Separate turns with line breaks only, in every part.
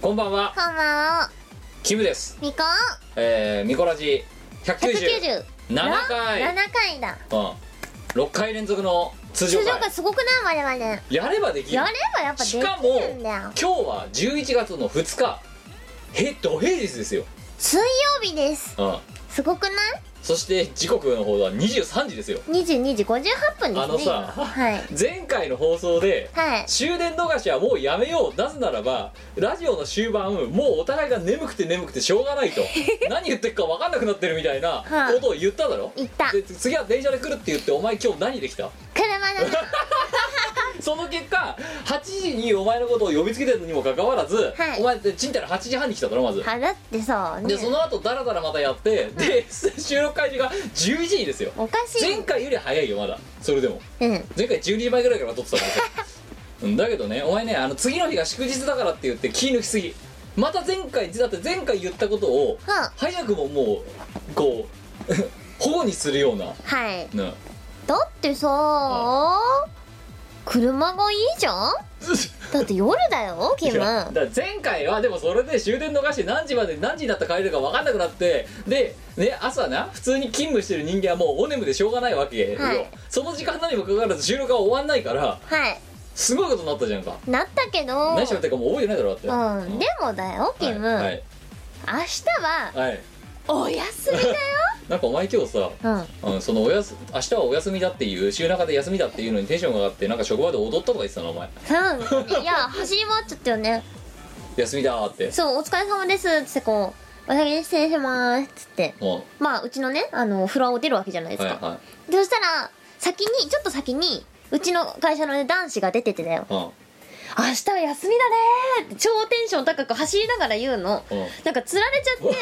こんばんは
こんばんは
キムです
みこ
えー、ミコラジ197
197
回
7回だ
うん6回連続の通
通
常
常
回
回すごくない我々やれ
やればできる
ばやっぱでき
し
る
かも
んだ
今
よ
日は11月の2日へ土平日ですよ
水曜日です
うん
すごくない
そして時刻の方は23時ですよ
22時58分ですね
あのさ
今はい
前回の放送で
はい
終電逃しはもうやめようなぜならばラジオの終盤もうお互いが眠くて眠くてしょうがない と何言ってるか分かんなくなってるみたいな
はい
ことを言っただろ
行った
で次は電車で来るって言ってお前今日何できた
車だな
その結果8時にお前のことを呼びつけてるのにもかかわらず、
はい
お前ってちんたら8時半に来ただろまず
はだってさね
でその後ダラダラまたやってで収録開始が11時ですよ
おかしい
前回より早いよまだそれでも
うん
前回12時前ぐらいから撮ってたんですよ うんだけどねお前ねあの次の日が祝日だからって言って気抜きすぎまた前回だって前回言ったことを
は
早くももうこう 保護にするような、
はい
うん、
だってさ車がいいじゃんだって夜だよキ
い
ム
やだから前回はでもそれで終電逃して何時まで何時になったら帰れるか分かんなくなってで、ね、朝な普通に勤務してる人間はもうおねむでしょうがないわけよ、
はい
その時間なにもかかわらず収録が終わんないから
はい
すごいことになったじゃんか
なったけど
何しゃべってるかもう覚えてないだろだって
うんでもだよキム、
はいはい
明日は
はい
お休みだよ
なんかお前今日さ、
うん
うん、そのおやす明日はお休みだっていう週中で休みだっていうのにテンションが上がってなんか職場で踊ったとか言ってたのお前
うんいや走り回っちゃったよね
休みだーって
そうお疲れ様ですっつってこうお先に失礼しますっつって
も
まあうちのねあのフロアを出るわけじゃないで
う
す
はい
か、
は
でそしたら先にちょっと先にうちの会社の、ね、男子が出ててだよ
いうん
明日は休みだねーって超テンション高く走りながら言うの、
うん
なんかつられちゃってうわ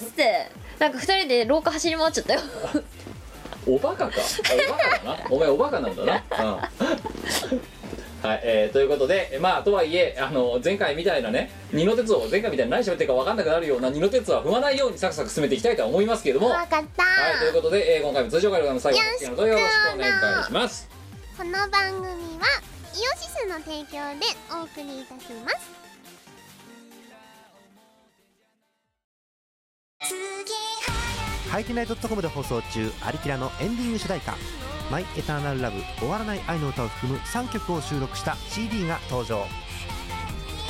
ーっつってなんか二人で廊下走り回っちゃったよ
おバカかあおバカだなお前おバカなんだなうんはい、えーということでえまあとはいえあの前回みたいなね二の鉄を前回みたいに何喋ってるか分かんなくなるような二の鉄は踏まないようにサクサク進めていきたいとは思いますけれども
わかった
はいということで、えー今回も通常会でございます最後のよろしくお願いいたします
この番組はイオシスの提供でお送りいたします
ハイティナイドットコムで放送中「アリキラ」のエンディング主題歌「マイ・エターナル・ラブ終わらない愛の歌」を含む3曲を収録した CD が登場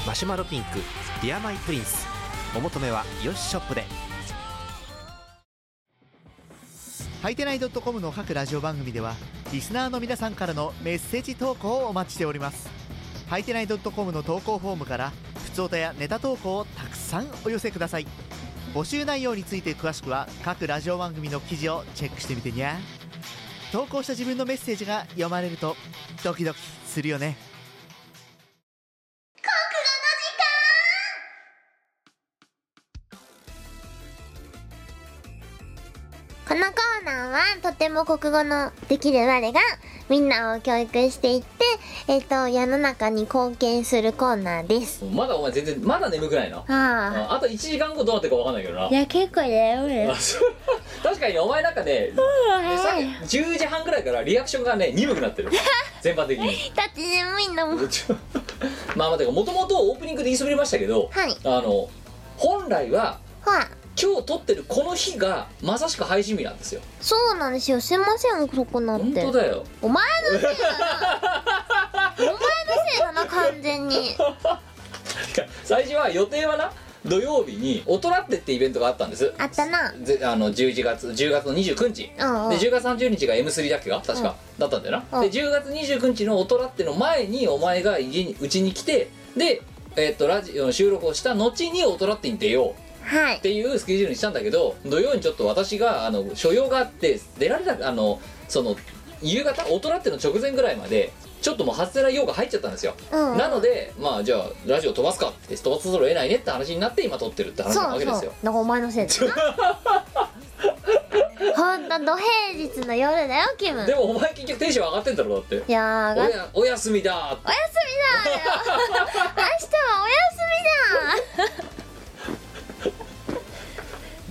マシュマロピンク「ディアマイ・プリンス」お求めはよしショップで
はいてない .com の各ラジオ番組ではリスナーの皆さんからのメッセージ投稿をお待ちしておりますはいてない .com の投稿フォームから普通歌やネタ投稿をたくさんお寄せください募集内容について詳しくは各ラジオ番組の記事をチェックしてみてにゃ投稿した自分のメッセージが読まれるとドキドキするよね
このコーナーはとても国語のできる我がみんなを教育していってえっ、と世の中に貢献するコーナーです
まだお前全然まだ眠くないな
あ
ああと1時間後どうなってるか分かんないけどな
あいや結構だよ俺
確かにお前なんかねさ
早い
っき10時半ぐらいからリアクションがね鈍くな ってる全般的に
だって眠いんだもん
まあまあてかもともとオープニングで言いそびれましたけど、
はい
あの本来は
ほら
今日撮ってるこの日がまさしく配信日なんですよ
そうなんですよすいません遅くなっ
本
て
当だよ
お前のせいだなお前のせいだな完全に
最初は予定はな土曜日に「大人って」ってイベントがあったんです
あったな
ぜあの11月10月の29日、
うんうん
で10月30日が M3 だっけか確か、だったんだよな、
う
で
ん
10月29日の「大人って」の前にお前が家にうちに来てでえっとラジオの収録をした後に「大人って」に出よう
はい
っていうスケジュールにしたんだけど土曜にちょっと私があの所用があって出られたあのその夕方大人っての直前ぐらいまでちょっともう外せない用が入っちゃったんですよ、
うん
なのでまあじゃあラジオ飛ばすかって飛ばさざるを得ないねって話になって今撮ってるって話
そ
なわ
う
け
そう
で
なん
すよ
からお前のせいだよ
ほんと土平日の夜だよキム
でもお前結局テンション上がってんだろだって
いやー
お
が
やお休み だーって
お休みだよ明日はお休み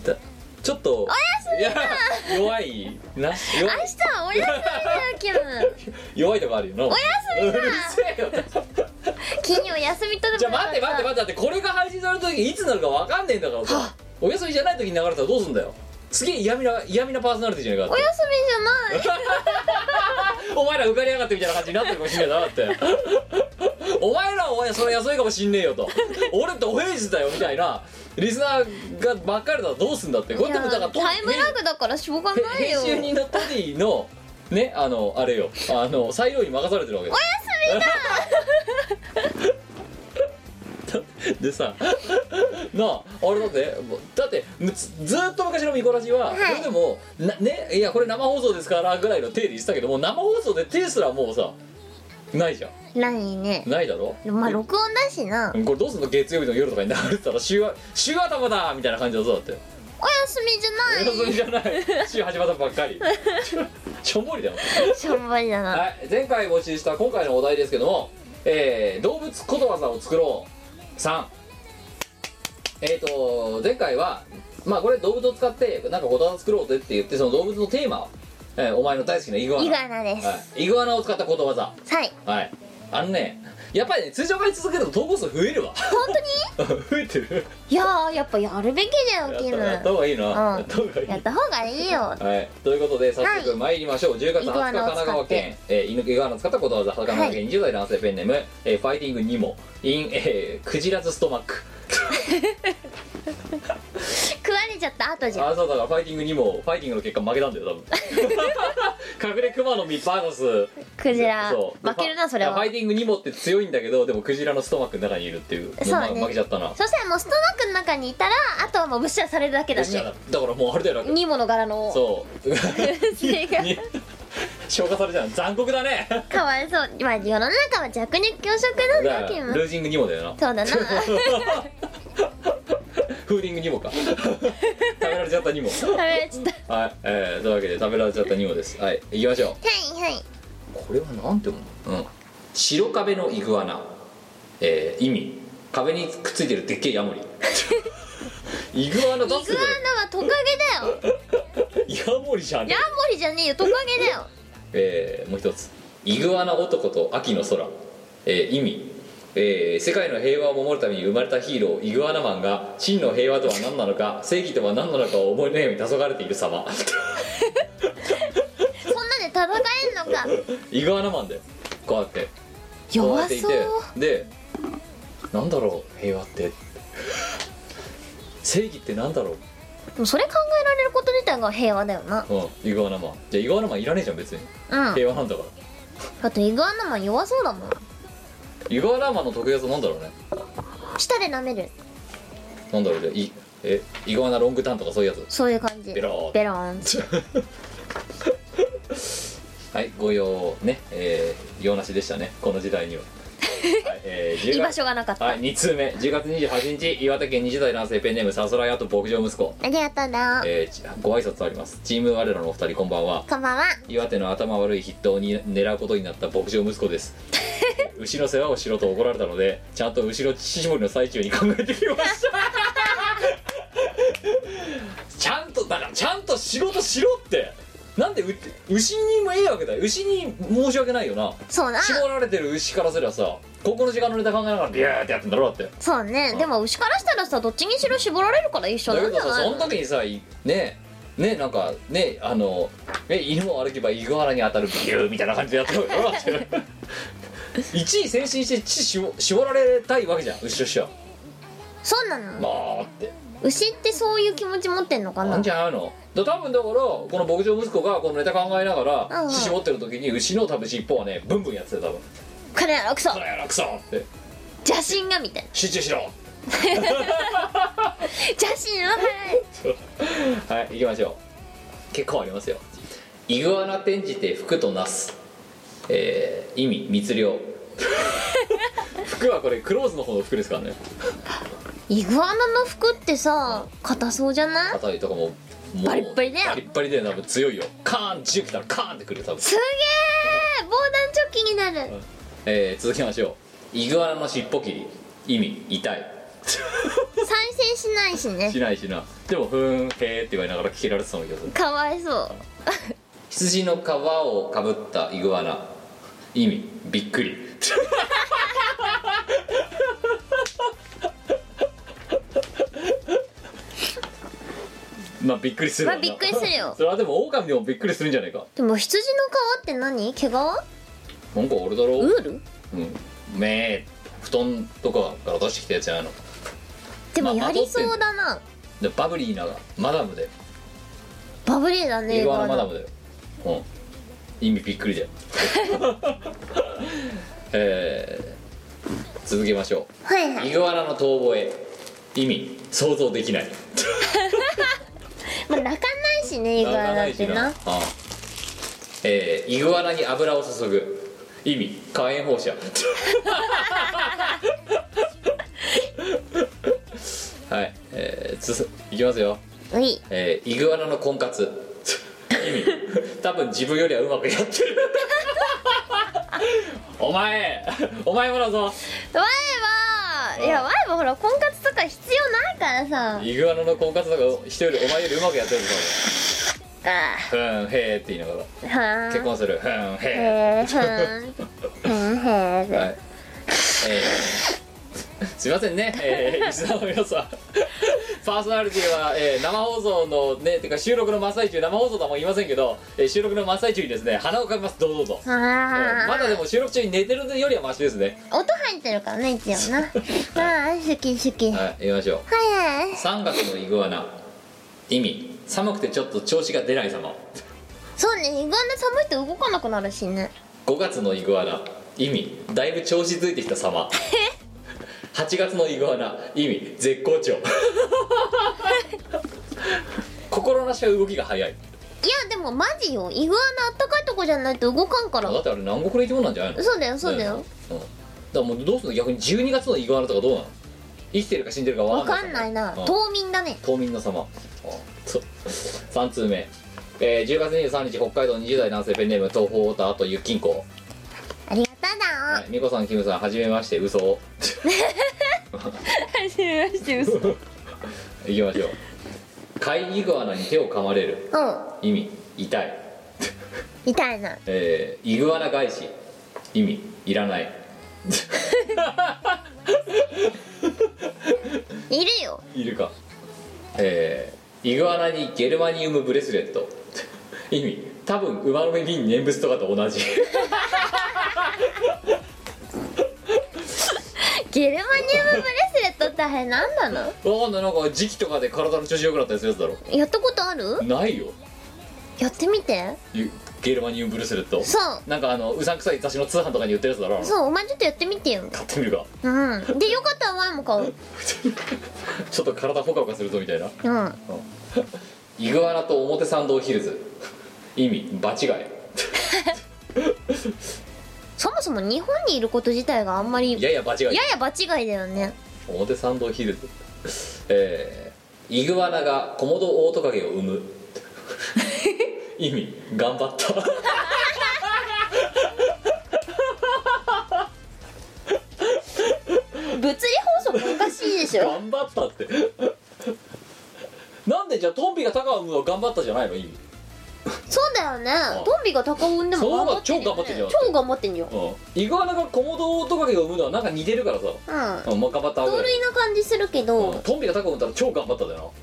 だ
だちょっとお休みだ弱いな弱い
明日はお休みだよキム
弱いとこあるよなお休みだうるせえよ
金曜休み
休み取
じ
れ
ゃあ
ばよか
待って待って
った
待ってだってこれが配信された時いつになるかわかんねえんだからさお休みじゃない時に流れたらどうすんだよすげえ嫌味な嫌味なパーソナリティじゃないか
お休みじゃない
お前ら浮かれやがってみたいな感じになってるかもしれないなだってお前らはそれ安いかもしんねえよ と俺ってお平日だよみたいなリスナーがばっかりだとどうすんだってこれでもだからと
タイムラグだからしょうがない
編
よ
集人のトディのねあのあれよあの裁量に任されてるわけです でさなああれだってだってずずーっと昔の見こらしは、それでもなねいやこれ生放送ですからぐらいの手で言ってたけどもう生放送で手すらもうさないじゃん
何ね
ないだろ
まあ録音だしな
これどうすんの月曜日の夜とかに流れてたら週は週頭だみたいな感じだぞだって
お休みじゃ
お休みじゃない週始まったばっかり ちょしょんぼりだよ
ないしょんぼりだな
はい、前回募集した今回のお題ですけども、えー動物ことわざを作ろう3えっ、と前回はまあこれ動物を使ってなんかことわざ作ろうぜって言ってその動物のテーマを、えーお前の大好きなイグアナ
イグアナです
はい、イグアナを使ったことわざ
はい
はいあのねやっぱりね通常回続けると投稿数増えるわ本当に 増えてる
いやーやっぱやるべきだよキム
やった方がいいな、
う
やっ
ん
た方がいい
やった方がいいよ
はい、ということで早速参りましょう、10月20日
イグア
神
ナを使って
奈川県えー犬イグアナを使ったことわざ神奈川県20代男性ペンネーム、えーファイティングニモイン、えークジラズストマック
食われちゃった後じゃん
あそうだからファイティングニモファイティングの結果負けたんだよ多 分隠れ熊の実バース
クジラ
そう
負けるなそれ
フ
は
ァイティングニモって強いんだけどでもクジラのストマックの中にいるっていう
そうだね
ま負けちゃったな
そしたらもうストマックの中にいたらあとはもう物捨されるだけだ
よっしゃ
ね
だだからもうあれだよな
ニモの柄の
そう
性が
に 消化されちゃう残酷だ ね
かわいそうまあ世の中は弱肉強食なんだ
だ
よ
か
キ
ら
ム
ルージングニモだよな
そ うだな 食
フーディングにもか 食べられちゃったにも
べられちゃった
はい、えー、というわけで食べられちゃったにもですはい行きましょ
はいはいう
これはなんて思ううん白壁のイグアナえー、意味壁にくっついてるでっけえヤモリ イグアナ出
イ
す
グアナはトカゲだよ
ヤモリじゃね
ヤモリじゃねえよトカゲだよ
えーもう一つイグアナ男と秋の空、えー意味、えー世界の平和を守るために生まれたヒーローイグアナマンが真の平和とは何なのか正義とは何なのかを思い悩み黄昏れている様
そんなんで戦えんのか
イグアナマンでこうやってこうやっ
弱
てい
そ
て
う
でなんだろう平和って正義ってなんだろ
でもそれ考えられること自体が平和だよな
う、うん、イグアナマンじゃあイグアナマンいらねえじゃん別に
うん
平和なんだから
だってイグアナマン弱そうだもん
イグアナマンの特技はなんだろうね
舌で舐める
なんだろうじゃあイえイグアナロングタンとかそういうやつ
そういう感じ
ベロー
ベローン
はい、ご用ね、えー、用なしでしたね、この時 代には。はい、えー、
居
10
場
月
所がなかった、
はい、2通目、10月28日、岩手県20代男性ペンネーム、さそらやと牧場息子、
ありがとうな
えーち、ご挨拶あります。チーム我らのお二人、こんばんは。
こんばんは
岩手の頭悪い筆頭に狙うことになった牧場息子です牛の世話をしろと怒られたのでちゃんと牛の乳搾りの最中に考えてきました ちゃんとだからちゃんと仕事しろってなんでう牛にもええわけだよ牛に申し訳ないよな
そうな
絞られてる牛からすればさ高校の時間のネタ考えながらビューってやってんだろだって
そうね、
うん
でも牛からしたらさどっちにしろ絞られるから一緒
だ
な
け
んじ
ど
ゃ
さ
ない
その時にさいねねなんかねあのね犬を歩けばイグアナに当たるビューみたいな感じでやってるわけだろ一位先進して父絞絞られたいわけじゃん牛としては
そうなの、
まあって
牛ってそういう気持ち持ってんのか
な
なん
じゃないのだ多分だからこの牧場息子がこのネタ考えなが
うんう
ら
ん
乳絞ってる時に牛の多分尻尾はねブンブンやってたよ多分
金やろくそ
「そらやらくそ!」って
邪神がみたいな
「集中しろ!
邪神は払え」
はい行きましょう結構ありますよイグアナ転じて服となすえー、意味密 漁服はこれクローズの方の服ですからね
イグアナの服ってさ硬そうじゃない
硬いとかももう
バリッバリだよ
バリッバリだよ多分強いよカーン銃来たらカーンってくるよ多分、
すげえ防弾チョッキになる
えー、続きましょうイグアナの尻尾切り意味痛い
再生しないしね
しないしなでもふーんへーって言われながら聞けられてたの気がする
かわいそう
羊の皮をかぶったイグアナ意味びっくり まあびっくりするわな
まあびっくりするよ
それはでも狼でもびっくりするんじゃないか
でも羊の皮って何毛皮
なんか俺だろ
ウール
うん目布団とかから出してきたやつやないの
でも
まあ
やりそうだな
でバブリーながマダムで
バブリーだね
イグアナマダ
の
ムだよ、うん、意味びっく りだよえー、続けましょ
はいは
う
い
イグアナの遠吠え意味想像できない
まあ泣かないしねイグアナってな
ああえー、イグアナに油を注ぐ意味火炎放射 はいえー、つづいきますよ
うい
えーイグアナの婚活意味多分自分よりはうまくやってるお前お前もだぞ
ワイはいやワイはほら婚活とか必要ないからさ
イグアナの婚活とか人よりお前よりうまくやってるぞ
あ
ふんへえって言いながら
ーは
結婚するふん
ー
へ
へーふーんふーんへー
え
で
はいえーすいませんね、えー、リスナーの皆さんパーソナリティは、えー生放送のねてか収録の真っ最中生放送とはもう言いませんけど、えー収録の真っ最中にですね鼻をかみますどうぞどうぞ
あ
まだでも収録中に寝てるよりはマシですね。
ー音入ってるからね一応なあー好き好きはい
はい、言いましょう。
はい
3月のイグアナ。意味、寒くてちょっと調子が出ない様。
そうねイグアナ寒いと動かなくなるしね
5月のイグアナ。意味、だいぶ調子づいてきた様。8月のイグアナ。意味、絶好 調。心なしか動きが早い。
いやでもマジよイグアナあったかいとこじゃないと動かんから
だってあれ南国の生き物なんじゃないの
そうだよそうだよ、
うん。だからもうどうするの逆に12月のイグアナとかどうなの生きてるか死んでるかわ
わ
か
か
ん
ん
な
ないい
様
な
うん
冬眠だね
島民の様そう3通目、えー、10月23日北海道20代男性ペンネーム東方ウォーターとゆっきんこ
ありがただ
はい美子さんキムさんはじめまして嘘を
はじめまして嘘うん
いきましょう貝イグアナに手を噛まれる意味痛い、
みたいな
えー、イグアナ返し意味いらない
いるよ
いるかえー、イグアナにゲルマニウムブレスレット 意味多分馬の目に念仏とかと同じ
ゲルマニウムブレスレットってあれ何なの
わかんないなんか時期とかで体の調子良くなったりするやつだろ
やったことある
ないよ
やってみて
ゆゲルマニウムブレスレット
そ
なんかあのうさんくさい雑誌の通販とかに売ってるやつだろ
うそうお前ちょっとやってみてよ
買ってみるか
うんでよかったらワイも買う
ちょっと体ほかほかするぞみたいな
うん
イグアナと表参道ヒルズ意味場違い
そもそも日本にいること自体があんまり
いやいや場違い
やや場違いだよね
表参道ヒルズえー、イグアナがコモドオオトカゲを産 む意味頑張った
物理法則おかしいでしょ
頑張ったってなんでじゃあトンビがタカを産むのは頑張ったじゃないの意味
そうだよねトンビが鷹を産んでも頑張ってるよ、ね、
そうだ
超頑張ってんよ
うんイグアナがコモドオオトカゲを産むのはなんか似てるからさ
うん
うんまあ頑張った
盗
ぐらい
塁な感じするけど、
うんトンビが高く打ったら超頑張ったんだよ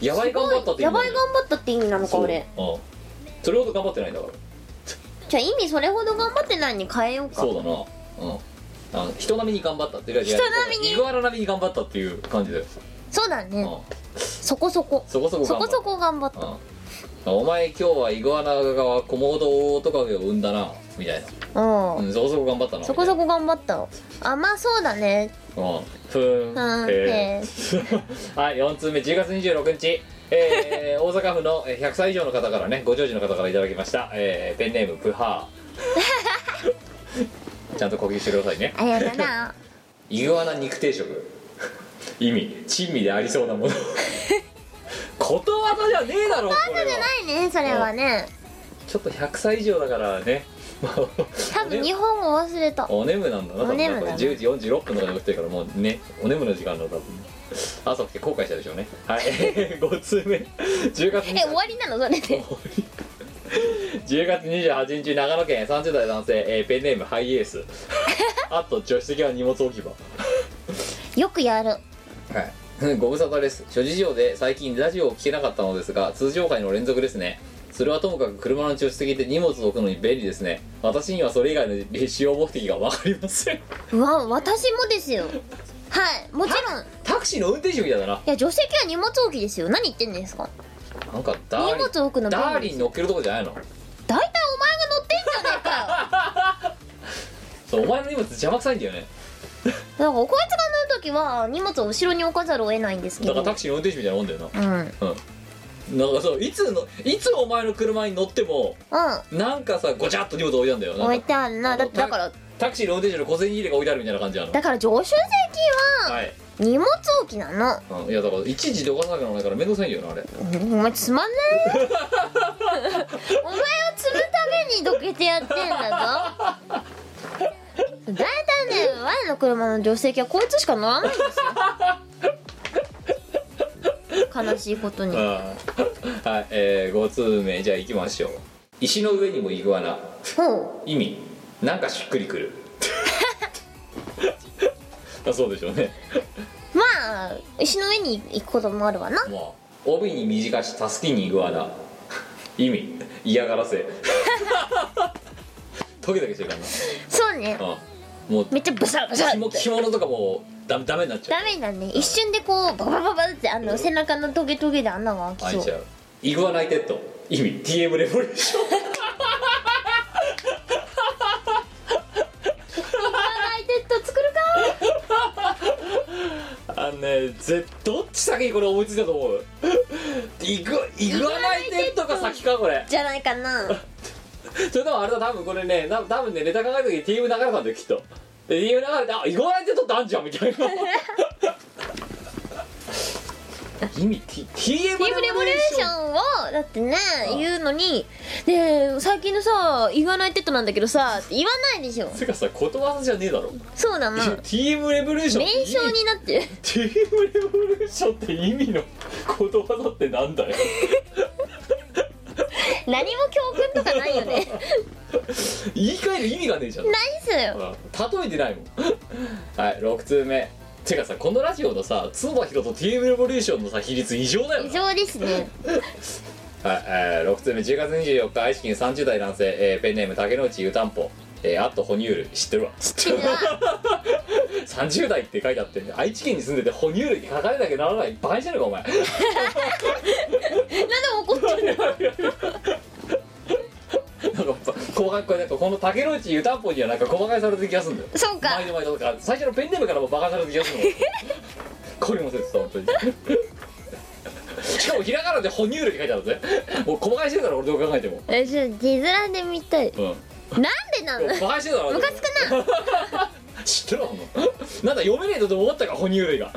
なやばい頑張ったって
や
なん
ば
だ
い
よ
頑張ったって意味なのか俺
そううんそれほど頑張ってないんだから
じゃあ意味それほど頑張ってないに変えようか
そうだなうんあの人並みに頑張ったっていうか
人並みに
イグアナ並みに頑張ったっていう感じだよ、
そうだ
うん
ねそこそこ
そこそこ
そ
頑張
こ
った
そこ頑張った
うんお前今日はイグアナがコモドオオトカゲを産んだなみたいな、
う
うんん、そこそこ頑張ったな
そこそこ頑張ったあまあそうだね
こうんふーん
うん
へーはい4通目10月26日えー大阪府のえー100歳以上の方からねご長寿の方からいただきました、えーペンネームプハーちゃんと呼吸してくださいね
ありがとうな
イグアナ肉定食意味珍味でありそうなものことわざじゃねえだろこれは
ないねそれはね
ちょっと100歳以上だからね
多分日本語忘れた
おねむなんだな多分
おねむだね
なんか10時46分とかで起きてるからもうねおねむの時間だ多分朝起きて後悔したでしょうねはい 5通目10月
え終わりなのそれで
10月28日長野県30代男性、えーペンネームハイエー スあと助手席は荷物置き場
よくやる
はい ご無沙汰です諸事情で最近ラジオを聞けなかったのですが通常回の連続ですねそれはともかく車の助手席で荷物を置くのに便利ですね私にはそれ以外の使用目的が分かりません
うわ私もですよはいもちろんい
タクシーの運転手みたいだな
や助手席は荷物置きですよ何言ってんですか
なんかダ
荷
ーリン
物置くの便利
ダーリン乗っけるとこじゃないの
大体お前が乗ってんじゃねえかよ
そうお前の荷物邪魔くさいんだよね
だからこいつが乗るときは荷物を後ろに置かざるを得ないんですけ
だ
ど
からタクシーの運転手みたいなもんだよな
うんうん
うんなんかそういつのいつお前の車に乗ってもなんかさごちゃっと荷物置いてあんだよな
置
ん
い
か
てあるなだだから
タクシーの運転手の小銭入れが置いてあるみたいな感じあの
だから助手席は
はい、
荷物置きなの
うん、いやだからいちいちどかさなきゃならないから面倒くさいんだよなあれ
お前つまんないよお前を積むためにどけてやってんだぞ大体ね我の車の助手席はこいつしか乗らないんですよ悲しいこと に
うんはい、えー、5通目じゃあ行きましょう石の上にもイグアナ
ほ
意味なんかしっくりく るあそうでしょうね
うまあ石の上に行くこともあるわな
まあ帯に短し助けにイグアナ意味嫌がら せトゲトゲしてるか
そうね
らな、うん、もう
めっちゃブサブサっ
着物着
て
物とかもうダメダメになっちゃう
ダメだね一瞬でこうババババってあの背中のトゲトゲで穴が開
開い
き
ち
そ
ゃ
う
うイグアナイテッド意味 TM レボリューション
穴開いてっと作るか
あのねぜどっち先にこれ思いついたと思う イグイグアナイテッドが先かこれ
じゃないかな
それともあれだ多分これねな多分ねネタ考えた時に TM 流れたんだよきっとで TM 流れてあイグアナイテッドってあんじゃんみたい な意味 T TM レ
ティームレボリューションをだってね言うのにで最近のさ「言わないってとなんだけどさ」って言わないでしょ
てかさことわざじゃねえだろ、
そうだな
TM レボリューションって意
名
味
称になってる
TM レボリューションって意味のことわざってなんだよ
何も教訓とかないよね
言い換える意味がねえじゃん
ないっすよ
例えてないもん はい6通目てかさこのラジオのさ角田博と TM レボリューションのさ比率異常だよ
異
な
常ですね
はい、えー6通目10月24日愛知県30代男性、えーペンネーム竹之内湯たんぽえー、あと哺乳類知ってるわ
知ってるな
30代って書いてあって愛知県に住んでて哺乳類って書かれなきゃならない場合じゃねえかお前
なんで怒ってる
なんか細かいこれなんかこの竹之内湯たんぽにはなんか細かいされてる気がするんだよ
そうか
毎度毎度だから最初のペンネームからもバカされてる気がする のこれもせずさ本当に しかもひらがなで哺乳類って書いてあるぜもう細かいしてるから俺どう考えても
えちょっと字面で見たい
うん
なんでなの
バカにしてるだろ
ムカつくな
知ってるわそんなのなんだ読めねえとでも思ったか哺乳類が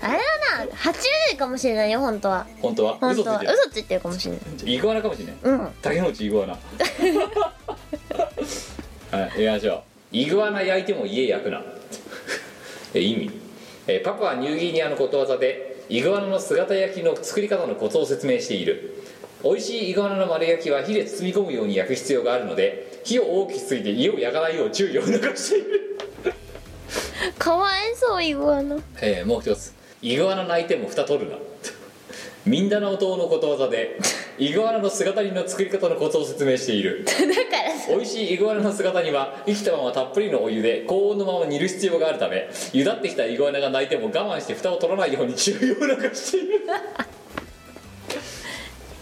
あれはな爬虫類かもしれないよ本当は
本当は
本
嘘
当
つい
は
てる
嘘ついてるかもしれない
じゃあイグアナかもしれない
うん
竹之内イグ アナはい行きましょうイグアナ焼いても家焼くなえ意味えパパはニューギニアのことわざでイグアナの姿焼きの作り方のコツを説明している美味しいイグアナの丸焼きは火で包み込むように焼く必要があるので火を大きくついて家を焼かないよう注意を促している、
かわいそうイグアナ
えーもう一つイグアナ泣いても蓋取るなミンダナオ島のことわざでイグアナの姿煮の作り方のコツを説明している
だからさ
美味しいイグアナの姿には生きたままたっぷりのお湯で高温のまま煮る必要があるため湯だってきたイグアナが泣いても我慢して蓋を取らないように注意を促している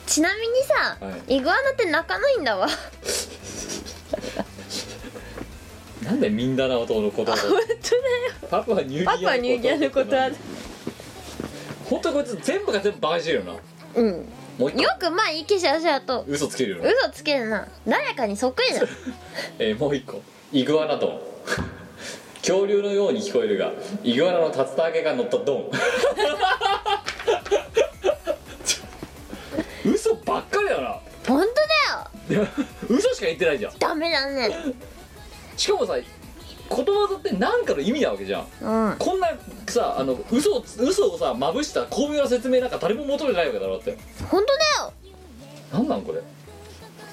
ちなみにさ、
は
イグアナって泣かないん だわ
なんでミンダナオ島のことわざ
本当だよ
パパはニュ
パパはニューギアのことは
本当こいつ全部が全部バカにしてるよな
うん
もう一個
よくまあいいけしゃしゃと
嘘つけるよな、
嘘つけるな誰かにそっくりだよ
えーもう一個イグアナドン恐竜のように聞こえるがイグアナの竜田揚げが乗ったドン 嘘ばっかりだな
本当だよ
いや嘘しか言ってないじゃん
ダメだね
しかもさことわざって何かの意味なわけじゃん
うん
こんなさあの嘘を嘘をさまぶした巧妙な説明なんか誰も求めてないわけだろだって
本当だよ
何なんこれ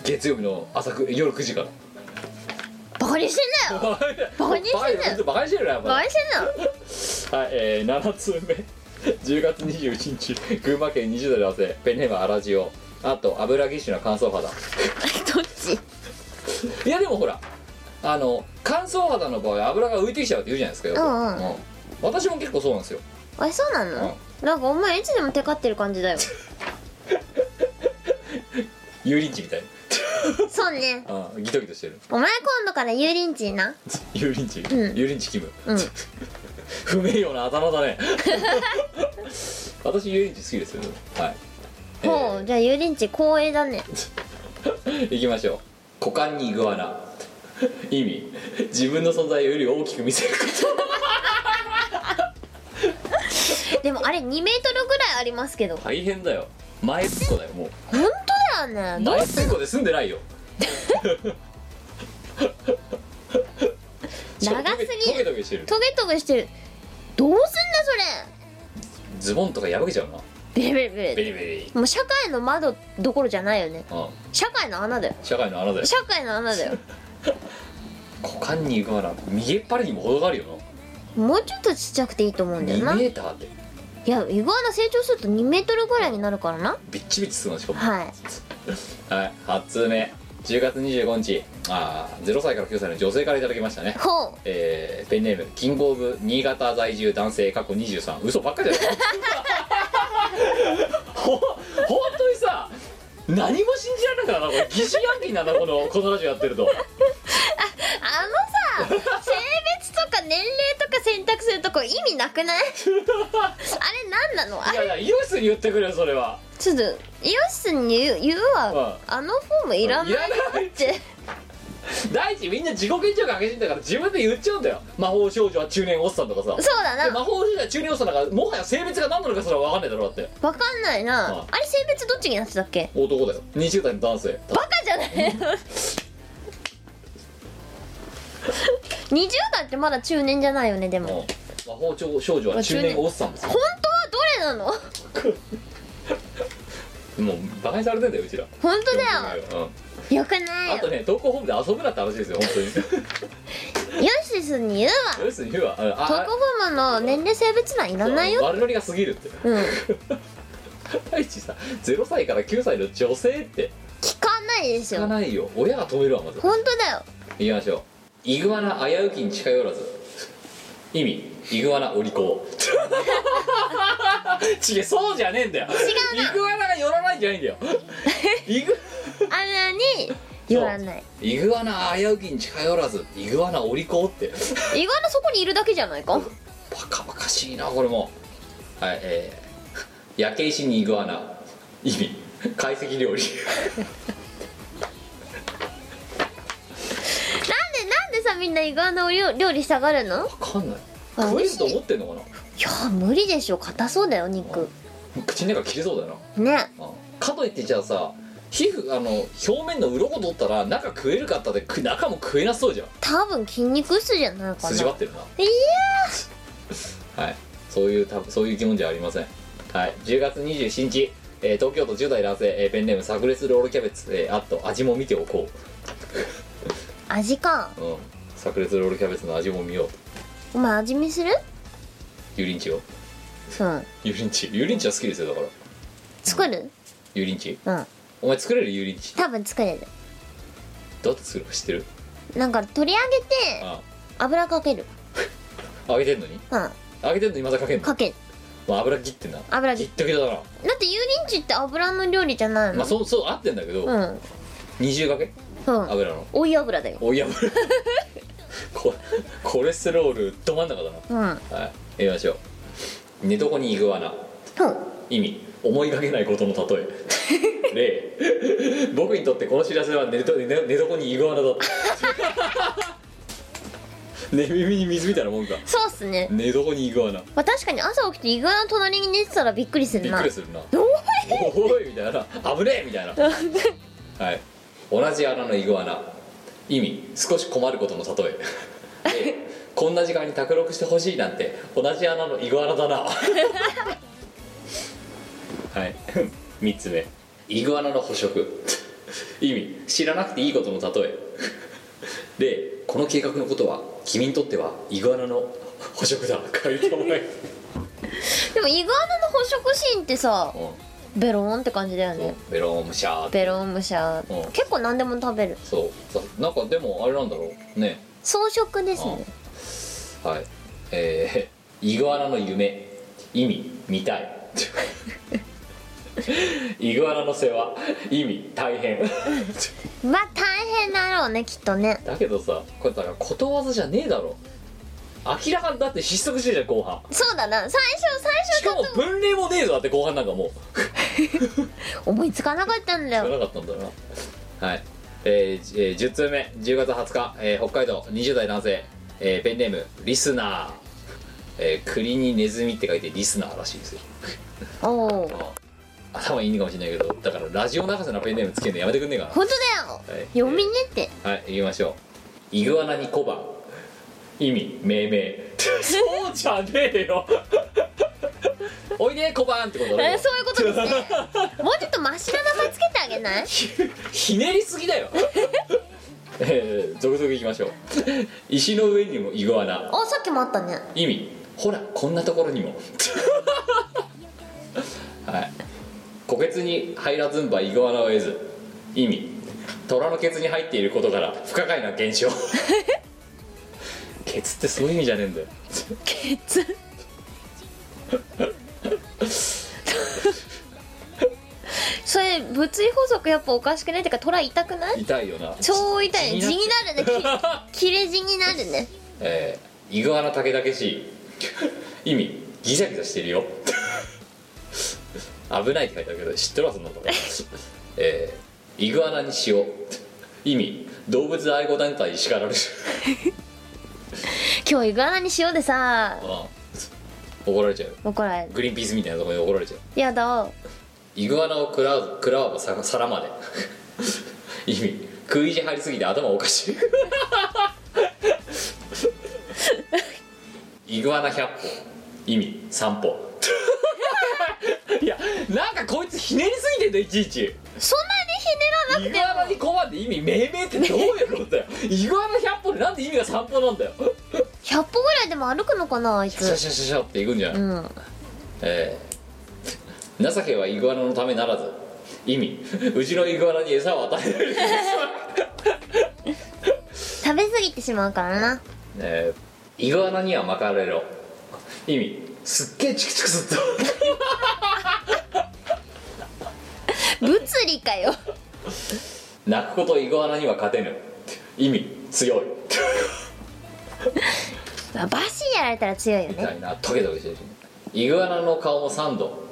月曜日の朝く夜9時から
バカにしてんだよ
バ
カにしてんだよ
バカにしてるなやっぱ
バカにしてんだよ
はい、えー、7通目10月21日群馬県20代男性ペンネームアラジオあと油ぎっしゅな乾燥肌
どっち
いやでもほらあの乾燥肌の場合油が浮いてきちゃうって言うじゃないですかよく、
うんうん
私も結構そうなんですよ
あれそうなのなんかお前いつでもテカってる感じだよ
油淋鶏みたい
そうね
な、うん、ギトギトしてる
お前今度から油淋鶏な
油淋鶏、
うん
油淋鶏キム、
うん
不名誉なあだ名だね 私油淋鶏好きですよはい
ほうじゃあ油淋鶏光栄だね
行きましょう股間にイグアナ意味自分の存在より大きく見せる こ
でもあれ2メートルぐらいありますけど
と大変だよ前っ子だよも
本当だよ
う
ねど
前
う
っ
すん
子で住んでないよ
長すぎ
ちょ
る
っとトゲトゲしてる
トゲトゲしてるどうすんだ
ズボンとか破けちゃうな
それベレベ
ベ
レベレ
リベリ
もう社会の窓どころじゃないよね
うん
社会の穴だよ
社会の穴だよ
社会の穴だよ
股間にイグアナ見えっ張りにも程があるよ
もうちょっとちっちゃくていいと思うん
な
だよ
2
な
メ
い
ーターって
やイグアナ成長すると2メートルぐらいになるからな
ビッチビッチするのしかも
は
は
い
い8通目10月25日ああ0歳から9歳の女性からいただきましたね
ほ
えーペンネームキングオブ新潟在住男性過去23嘘ばっかりじゃない ほ本当にさ何も信じられなくなるなこれ疑心暗鬼なんだこのこのラジオやってると
う あのさ性別とか年齢とか選択するとこ意味なくない あれ何なのあ
い
れ
やいやイオシスに言ってくれよそれは
ちょっとイオシスに言う言うわあのフォームいらな
い
い
らない
って
第一みんな自己顕示欲上げてんだから自分で言っちゃうんだよ魔法少女は中年おっさんとかさ
そうだ
で
な
魔法少女は中年おっさんだからもはや性別が何なのかすら分かんないだろだって
わかんないな、
うん
あれ性別どっちになってたっけ
男だよ20代の男性
バカじゃない20代ってまだ中年じゃないよねで
うん
も
魔法少女は中年おっさんですよ
本当はどれなの
もうバカにされてんだようちら
本当だよ
うん
よくない
あと
よ
ね、投稿ホームで遊ぶなって話ですよ、本
イオシスに言う
当に。要するに、要は、
わトコフォームの年齢性別欄いらないよ
悪ノリが過ぎるって。
うん
第一さ、0歳から9歳の女性って、
聞かないです
聞か
よ
ないよ。親が止めるわ、まず。
本当だよ
いきましょう。イグアナ危うきに近寄らず。意味、イグアナお利口。 違う、そうじゃねえんだよ。
違うな
イグアナが寄らないんじゃないんだよ。イグ
あれに言わない
イグアナ危うきに近寄らず、イグアナお利口って。
意外なそこにいるだけじゃないか
バカバカしいなこれもはいえー、焼け石にイグアナ意味懐石料理
なんでなんでさみんなイグアナを料料理したがるの
わかんない
あ
食える
美味しい
と思ってんのか
いや無理でしょ硬そうだよ肉
な口の中切れそうだよ
ね
な、うんかといってじゃあさ皮膚あの表面の鱗取ったら中食えるかったってく中も食えなそうじゃん
多分筋肉質じゃないかな
筋張ってるない
や
はいそういう多分そういう疑問じゃありませんはい10月27日、えー東京都10代男性、えーペンネームサグレスロールキャベツ、えーあと味も見ておこ
味か
ううん炸裂ロールキャベツの味も見よう
お前味見する
油淋鶏を
うん
油淋鶏油淋鶏は好きですよだから
作る
油淋鶏
うん
お前作れる油淋鶏
多分作れる
どうやって作るか知ってる
なんか取り上げて
あ
油かける
あ揚げてんのに
うん
揚げてんのにまたかけんの
かける
まあ、油切ってんな
油
切
切
っ
って
けだな、
だって油淋鶏って油の料理じゃないの、
まあそうそう合ってんだけど、
うん
二重かけ
うん
油の
追い油だよ
おい油 こコレステロールど真ん中だ
うんうん
なはい言いましょう寝床にイグアナ意味思いがけないことの例え例僕にとってこの知らせは寝と寝寝床にイグアナだった寝耳に水みたいなもんか
そうっすね、
寝床にイグアナ
まあ、確かに朝起きてイグアナの隣に寝てたらびっくりす
び
る
っ
な
くりするな
どう
おいみたいな危ねえみたいなはい同じ穴のイグアナ意味少し困ることの例えでこんな時間に卓録してほしいなんて同じ穴のイグアナだなはい3つ目イグアナの捕食意味知らなくていいことの例えでこの計画のことは君にとってはイグアナの捕食だ書いてお前
でもイグアナの捕食シーンってさ
うん
ベローンって感じだよ
そう
ね
ベロームシャーって
ベロームシャー、
うん
結構何でも食べる
そうさなんかでもあれなんだろうね
草食ですね
はいえー、イ グアナの夢意味見たい イグアナの世話意味大変
まあ大変だろうねきっとね
だけどさこれだからことわざじゃねえだろ明らかにだって失速してるじゃん後半
そうだな最初
し
最
かも
初だ
分類もねえぞだって後半なんかもう
と思いつかなかったんだ
知
よ
らなかったんだなはいえーじえー10通目10月20日、えー北海道20代男性、えーペンネームリスナー、えー栗にネズミって書いてリスナーらしいですよ
おおー
頭いいのかもしれないけどだからラジオ博士のペンネームつけるのやめてくんねえかな
本当だよ、
はい
読みねって
はい行きましょうイグアナに小判意味命名 そうじゃねえよおいで小判ってことだ
え
ろ
そういうことですね もうちょっとマシな名前つけてあげない
ひ ひねりすぎだよ えー、続々いきましょう 石の上にもイグアナ
あさっきもあったね
意味ほらこんなところにも はい虎穴に入らずんばイグアナを得ず意味虎のケツに入っていることから不可解な現 象ケツってそういう意味じゃねえんだよ
ケ ツそれ物理法則やっぱおかしくないってかトラ痛くない
痛いよな
超痛いね地になる ねき切れ字になるね
えー、イグアナ竹だけしい 意味ギザギザしてるよ 危ないって書いてあるけど知ってるわそんなこと、 えー、イグアナに塩意味動物愛護団体に叱られる
今日イグアナに塩でさ
ああ怒られちゃう
怒られる
グリーンピースみたいなところに怒られちゃう
やだ
イグアナを食らう食らわばさ皿まで 意味食い意地張りすぎて頭おかしいイグアナ100歩意味3歩いやなんかこいつひねりすぎてんだよいちいち
そんなに
イ
ひね
グ
ら
ア
な
ナ
くて
に
も
コマって意味命名ってどういうことだよイグアナ100歩でなんで意味が3歩なんだよ
100歩ぐらいでも歩くのかなあい
シャ
つ
シャシャシャっていくんじゃない、
うん
えー情けはイグアナのためならず意味 うちのイグアナに餌を与え る
食べ過ぎてしまうからな
えーイグアナには巻かれろ意味すっげえチクチクすっと
物理かよ
泣くことイグアナには勝てぬ意味強い
まあバシやられたら強いよ
み
ね
たいなトゲトゲしてるしイグアナの顔も3度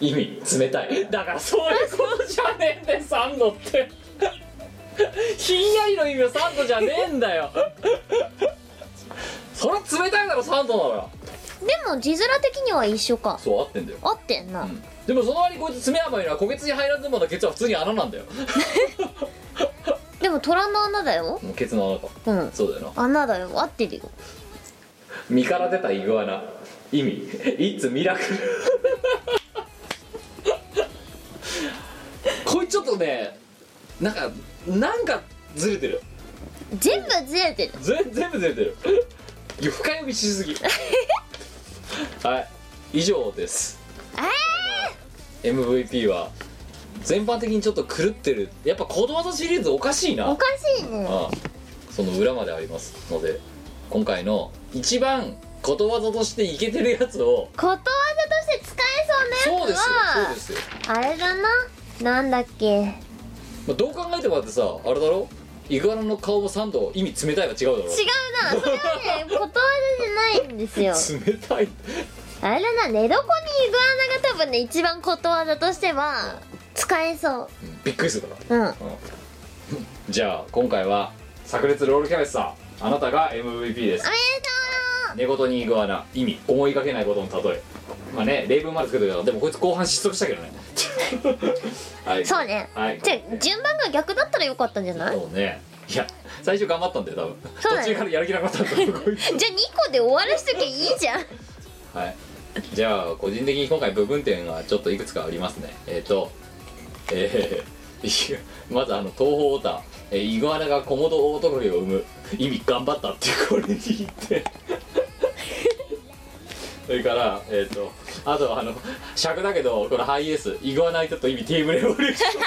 意味冷たいだからそういうことじゃねえんだよ3度ってひんやりの意味は3度じゃねえんだよそれ冷たいだろ3度なら
でも字面的には一緒か
そう合ってんだよ
合ってんな、
でもその割にこいつ爪甘いのは虎穴に入らずものケツは普通に穴なんだよ
でも虎の穴だよ
もうケツの穴か
うん
そうだよな
穴だよ合ってるよ
身から出たイグアナ意味「いつミラクル」こいつちょっとねなんかなんかずれてる
全部ずれてる
全全部ずれてるいや深読みしすぎはい以上ですえ MVP は全般的にちょっと狂ってるやっぱことわざシリーズおかしいな
おかしいね
ああその裏までありますので今回の一番ことわざとしていけてるやつを
ことわざとして使え
そ
そう
う
な
で
や
す
つ
よそうですよ、
はあれだななんだっけ
まあ、どう考えてもだってさあれだろイグアナの顔も3度意味冷たいは違うだろ
違うなそれはねことわざじゃないんですよ
冷たい
あれだな寝床にイグアナが多分ね一番ことわざとしては使えそ
びっくりするから
ううん
じゃあ今回は炸裂ロールキャベツさんあなたが MVP です寝言にイグアナ意味思いがけないことの例えまあね例文までつけてるけどでもこいつ後半失速したけどねはい
そうね
はい
じゃあ順番が逆だったらよかったんじゃない
そうねいや最初頑張ったんだよ多分
そうだ
途
ね
中からやる気なくなったんだよこいつ
じゃあ2個で終わらしときゃいいじゃん
はいじゃあ個人的に今回部分点がちょっといくつかありますねえっ、とえー、いやまずあの東方オーター、えーイグアナがコモドオオトカゲを産む意味頑張った っていうこれに言ってそれからえっ、とあとあの尺だけどこのハイエースイグアナイトと意味テーブルエボリューション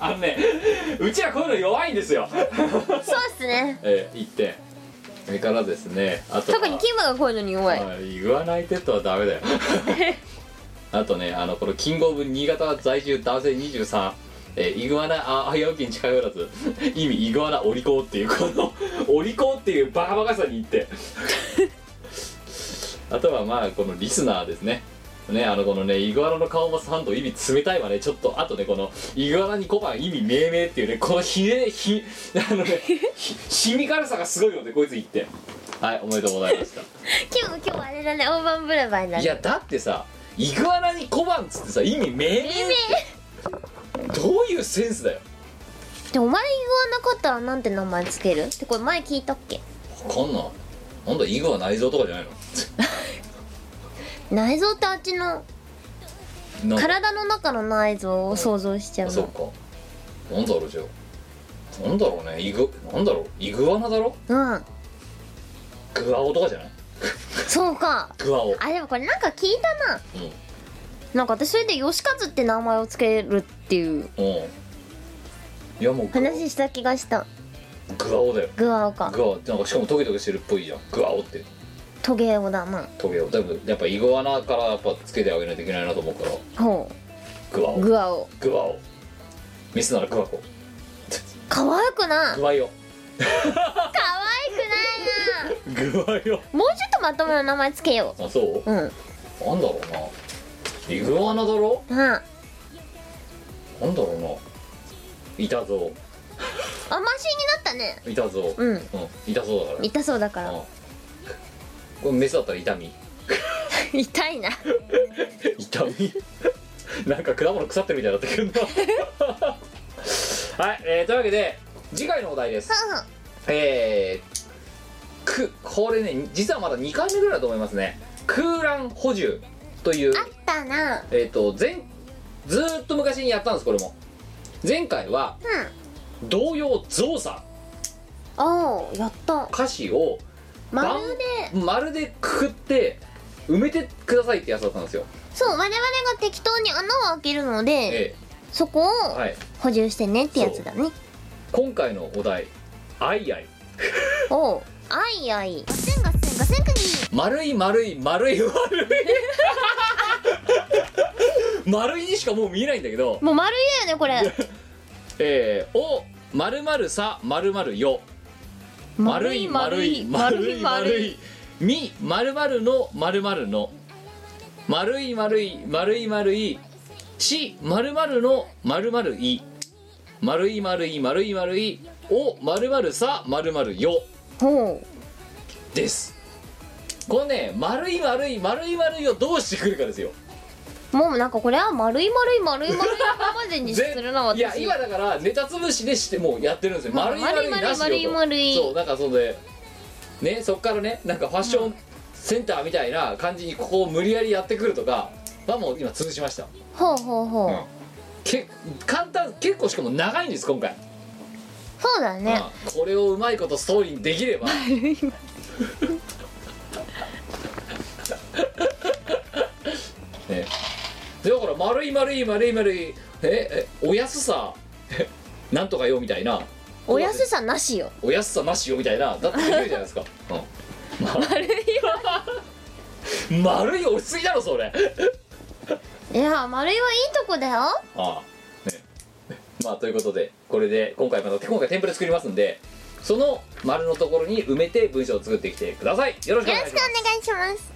あのねうちはこういうの弱いんですよ
そうっすね
えー、1点それからですねあとは
特にキムがこういうのに弱い
あイグアナイテッドはダメだよあとねあのこのキングオブ新潟在住男性23えーイグアナあ早起きに近寄らず意味イグアナお利口っていうこの お利口っていうバカバカさに言ってあとはまあこのリスナーですねねあのこのねイグアナの顔もサンド意味冷たいわねちょっとあとねこのイグアナに小判意味命名っていうねこのひねひあのねひひみ軽さがすごいのでこいつ言ってはいおめでとうございました
キム今日あれだね大盤ブレバーにないる
やだってさイグアナに小判っつってさ意味命令どういうセンスだよ
でお前言わなかったらなんて名前つけるってこれ前聞いたっけ
こんなんなんだイグア内臓とかじゃない
内臓ってあっちの
のなんだ
体の中の内臓を想像しちゃ
あ
う
そっ
の
かなんだろうじゃあなんだろうねイグなんだろうイグアナだろ
うん
グアオとかじゃない
そうか
グアオ
あでもこれなんか聞いたな
うん
なんか私それで「義和」って名前をつけるっていう
うんいやもうグア
話した気がした
オグアオだよ
グアオか
グアオってなんかしかもトゲトゲしてるっぽいじゃんグアオって
トゲオだな
トゲをだけどやっぱイグアナからやっぱつけてあげないといけないなと思うから
ほ
グア
う
オ
グアオ
グアオミスならグアコ
可愛くない
グアヨ
可愛くない
具
な
合よ
もうちょっとまともな名前つけよ
あそう
ううん
うなんだろうなイグアナだろ
なあ
なんだろうないたぞ
あマシになったね
いたぞ
うん
いたぞだから
痛そうだから
うんこれメスだったら痛み
痛いな
痛みなんか果物腐ってるみたいになってくるなはい、えーというわけで次回のお題ですえー、くこれね実はまだ2回目ぐらいだと思いますね空欄補充という
あったな
えっ、と前ずーっと昔にやったんですこれも前回は童謡「造作
おおやった」
歌詞を
まるで
丸でくくって埋めてくださいってやつだったんですよ
そう我々が適当に穴を開けるので
え
そこを
えはい
補充してねってやつだね
今回のお題「あいあい
おうあいあい」
丸い丸い丸い丸 い丸いにしかもう見えないんだけど
もう丸いだよねこれ
えー、お丸々さ丸々よ 丸い丸い丸い丸いみ丸々の丸々の丸い丸い丸い丸いし丸々の丸々い丸い丸い丸い丸いお丸々さ丸々よ
ほう
ですこのね丸い丸い丸い丸いをどうしてくるかですよ
もうなんかこれは丸い丸い丸い丸い今までにす
ぜ
るな私
いや今だからネタ潰しでしてもうやってるんですよ、
まあ
丸い丸い
丸い
なしよと
丸い丸い
そうなんかそれでねそっからねなんかファッションセンターみたいな感じにここを無理やりやってくるとかはもう今潰しました
ほうほうほう、
うんけ簡単結構しかも長いんです今回、
そうだね
うんこれをうまいことストーリーにできれ ばねだから丸い丸い丸い丸いええおやすさ なんとかよみたいな
おやすさなし よ
お安さなしよみたいなだってできるじゃないです か、うん、丸い丸い押しすぎだろそれ
いや丸いはいいとこだよ
ああねまあということでこれで今回また今回テンプレ作りますんでその丸のところに埋めて文章を作ってきてくださいよろしくお願いします
願いします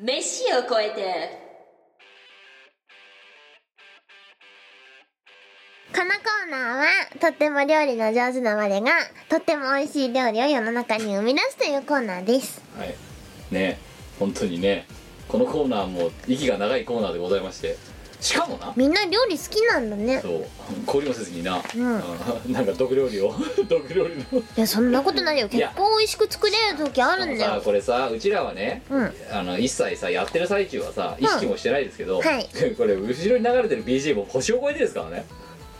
飯を超えて
このコーナーはとっても料理の上手な我がとっても美味しい料理を世の中に生み出すというコーナーです
はいね本当にねこのコーナーも息が長いコーナーでございましてしかもな
みんな料理好きなんだね
そう氷もせずにな、
ん
うんなんか毒料理を毒料理の
いやそんなことないよ
い
結
や
構美味しく作れる時あるんだ
あのさ
よ
これさうちらはね、
うん
あの一切さやってる最中はさ意識もしてないですけど、
はい
これ後ろに流れてる BG も腰を越えてですからね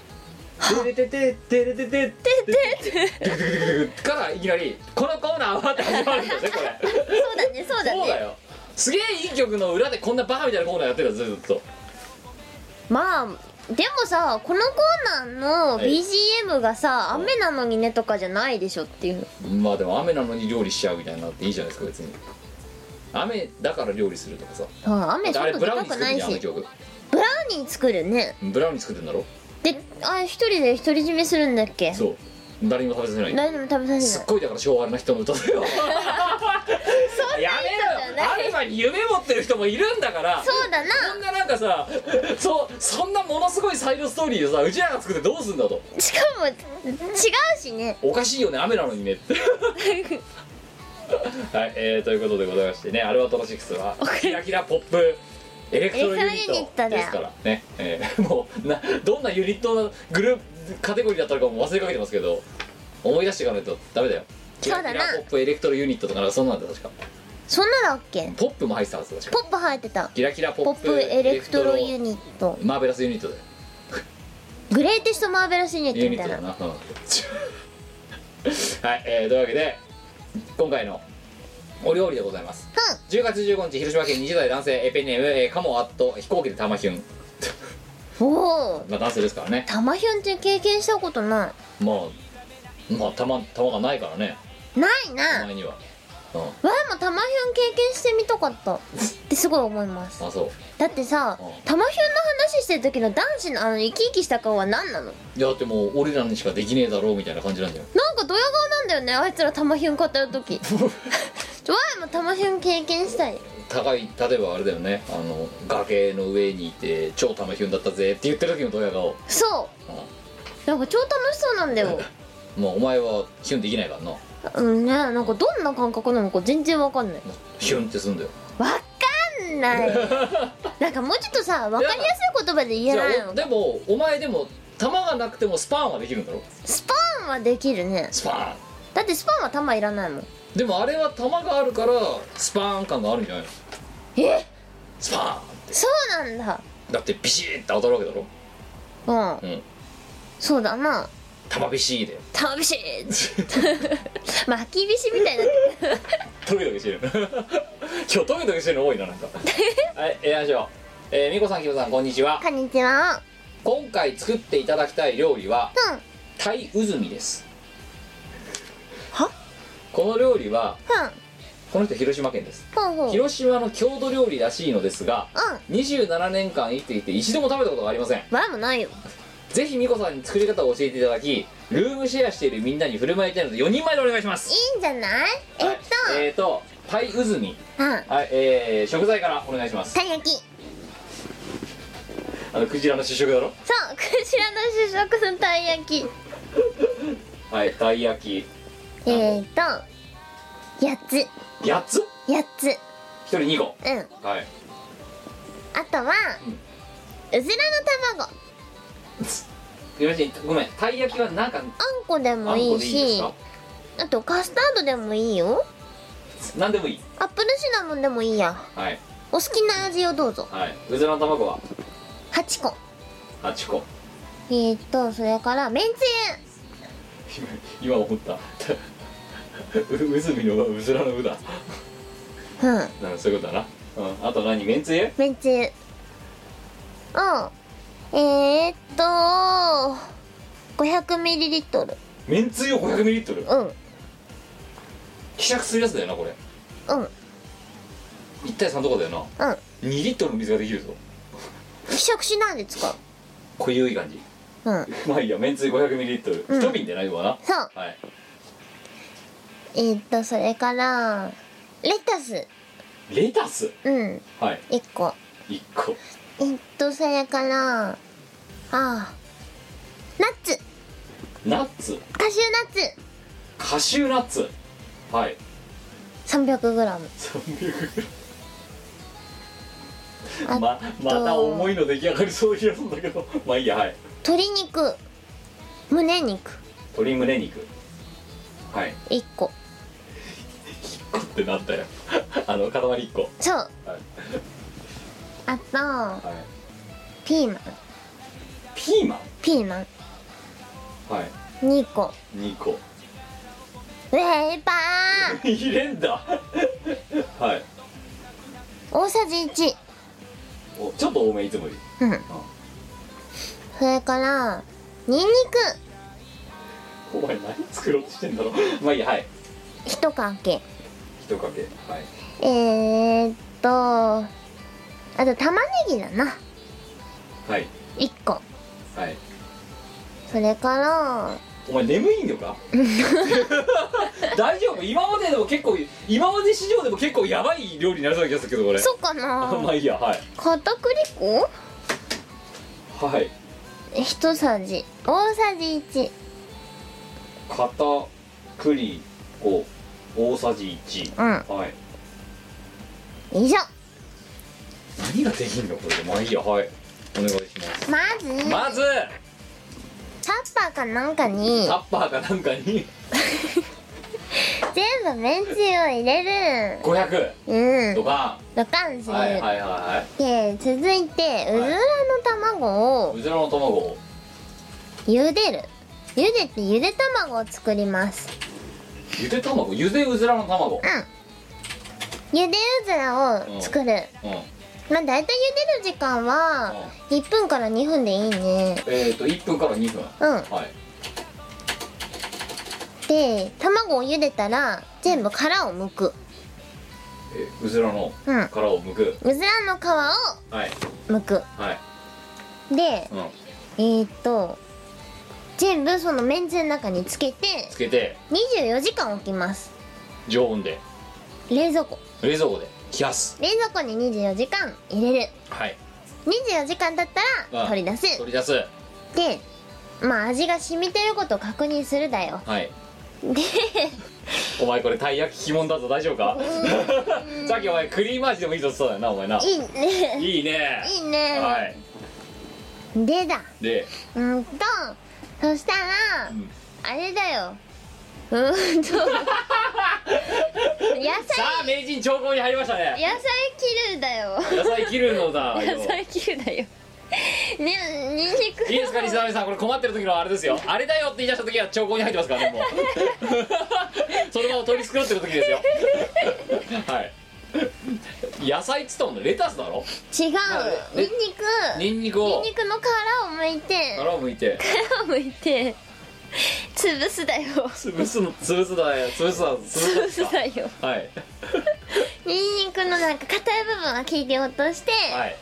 「てれてててれてててててて」からいきなり「このコーナーは」って始まるんだよねこれ
そうだねそうだ
そうだ
ね
よすげえいい曲の裏でこんなバカみたいなコーナーやってるずっと
まあでもさこのコーナーの
はい
BGM がさ「
うん
雨なのにね」とかじゃないでしょっていう
まあでも雨なのに料理しちゃうみたいになっていいじゃないですか別に雨だから料理するとかさ
あ雨
あれ
外
ブ
出
ラウ
た
ニー作るじゃんあ
くない
の
し
曲
ブラウニー作るね
ブラウニー作ってんだろ
であ一人で独り占めするんだっけ
そう誰にも食べさせない
誰にも食べさせ
すっ
ない
ごいだから昭和な人の歌だよやめろよアルファに夢持ってる人もいるんだから
そうだな
そんななんかさそそんなものすごいサイドストーリーをさうちらが作ってどうすんだと
しかも違うしね
おかしいよね雨なのにねって はい、えー、ということでございましてねアルバトロシックスはキラキラポップエレクトロユニ
エレクトロユニ
ッ
ットだ
ト
よ
ですからね、えー もうなどんなユニットのグループカテゴリーだったのかも忘れかけてますけど思い出していかないとダメだよキ
そう
ラ
だな
キラポップエレクトロユニットとかなんかそんなんだ確か
そんなだっけ
ポップも入ってたはず確か
ポップ入ってた
キラキラポ
ポ
ッ
ッ
プ
プエレクトロユ
ニッ
ニット
トマーベラスユニットだよ
グレイテストマーベラスユニット
ユ
み
ニッ
た
ト
い
だ
な
な、うんはい、えー、というわ けで今回のお料理でございます、10月15日広島県20代男性エペンネーム、えー、カモアット飛行機で玉ヒュン
おお
まあ男性ですからね
玉ひゅんって経験したことな
まあまあ玉玉がないからね
いないな
お前にはう
わあもう玉ひゅん経験してみたかったってすごい思います
んあそう
だってさ
うん
玉ひゅんの話してる時の男子のあの生き生きした顔は何なの
いやだってもう俺らにしかできねえだろうみたいな感じなんだよ
なんかドヤ顔なんだよねあいつら玉ひゅん買った 時わあもう玉ひゅん経験したい
高い例えばあれだよねあの崖の上にいて超玉ヒュンだったぜって言ってる時のドヤ顔
そうなんか超楽しそうなんだよ
もうお前はヒュンできないからな
うんねなんかどんな感覚なのか全然わかんない
ヒュンってすんだよ
わかんないなんかもうちょっとさわかりやすい言葉で言え
じゃ
ない
あお
の
でもお前でも弾がなくてもスパーンはできるんだろ
スパンはできるね
スパ
だってスパンは玉いらないもん
ーンでもあれは弾があるからスパーン感があるんじゃないの
え
スパーンって
そうなんだ
だってビシーって当たるわけだろ
うん、
うん
そうだな
弾ビシーで
玉 びし巻きびしみたいになってる
トゲトゲしてる 今日トゲトゲしてるの多いななん かはいやりましょうえー、みこさんきむさんこんにちは
こんにちは
今回作っていただきたい料理は
うん
タイウズミです
は
この料理は
うん
この人広島県です
ほうほう
広島の郷土料理らしいのですが
う
27年間生きていて一度も食べたことがありません
んわもないよ
ぜひ美子さんに作り方を教えていただきルームシェアしているみんなに振る舞いたいので4人前でお願いします
いいんじゃないえ
はい
っと、
えっとパイウズミ
うん
はいえー、食材からお願いします
たい焼き
あのクジラの主食だろ
そうクジラの主食のたい焼き
はいたい焼
えー、っとやつ
き8つ
やつ
1人2個
うん
はい
あとは、うずらの卵あ
よろしいごめんたい焼きはなんか
んこで
あ
も
ん
い
こ
い
でいいで
し
すか
あとカスタードでもいいよ
何でもいい
アップルシナモンでもいいや
はい
お好きな味をどうぞ
はいうずらの卵は
8個
8個
えー、っとそれからめんつ
今思った うずみのうずらのうだ
ゆうん
なんかそういうことだな、うん、あと何めんつゆ
めんつゆうんえー、っと500ミリリットル
めんつゆ 500ml
うん
希釈するやつだよなこれ
うん
1対3とかだよな
うん
2リットルの水ができるぞ
希釈しないで使う
濃ゆい感じ
うん
まあいいやめんつゆ 500ml、
うん
一瓶でないわな
そう
はい
えー、っとそれからレタス
レタス
うん
はい
1個
一個
えっとそれからああナッツ
ナッツ
カシュ
カシューナッツはい
ーナッツ 300g
300
あ
ままた重いの出来上がりそうな気がするんだけど まあいいやはい
鶏肉胸肉
鶏胸肉はい
1個
1個ってなったよ あの塊1個
そう
はい
あと
はい
ピーマン
ピーマン
ピーマン
はい
2個
2個
ウェイパー
入れんだはい
大さじ1
おちょっと多めいつもより
うんそれからニンニ
お前何作ろうとしてんだろうまあいいやはい
ク1かけ
一かけはい
えー、っとあと玉ねぎだな
はい
1個
はい
それから
お前眠いの か大丈夫今まででも結構今まで史上でも結構やばい料理になりそうな気がするけどこれ
そうか
まあ
ない
いやはい
片栗粉
はい
1さじ大さじ1
片栗粉大さじ1
うん
はい
以上
何ができんのこれでまあいいやはいお願いします
まず
まず
タッパーかなんかに
タッパーかなんかに
全部めんつゆを入れる
500
うん
とか、
ドカンする、
はいはいはいは
で続いてうずらの卵
い
を
うずらの卵を
茹でる茹でてゆで卵を作ります
ゆで卵ゆでうずらの卵
うん茹でうずらを作る、
うん
まあ大体茹でる時間は1分から2分でいいね
えっ、ー、と1分から2分
うん
はい
で卵を茹でたら全部殻を剥く
えーうずらの
うん
殻を剥く、
うずらの皮を
はい
剥く
はい
で
うん
えー、っと全部そのめんつゆの中につけて
つけて
24時間置きます
常温で
冷蔵庫
冷蔵庫で冷やす
冷蔵庫に24時間入れる
はい
24時間経った
うん
ら取り出す
取り出す
でまあ味が染みてることを確認するだよ
はいお前これたい焼き鬼門だぞ大丈夫か さっきお前クリーム味でもいいぞって言ってたよなお前ない
いね
いいね
いいね、
はい
でだ
で
うんとそしたら、
ん
あれだようーんと
さ
野菜
あ名人長考に入りました
野
ね
菜切るだよ
野菜切るのだよ
野菜切るだよ
ねにんにく
いいですかリスナーの皆さんこれ困ってる時のあれですよ あれだよって言い出した時は兆候に入ってますからね もうそのまま取り繕ってる時ですよはい野菜っつったもんねレタスだろ
違う
あ
に
れ
んにく
ニンニク
にん
を
にくの殻を剥いて
殻をむいて
皮むいて潰すだよ
潰すの潰すだよ潰すだ潰
潰
す
す
だ
だよ
はい
にんにくのなんか硬い部分は切り落として、
はい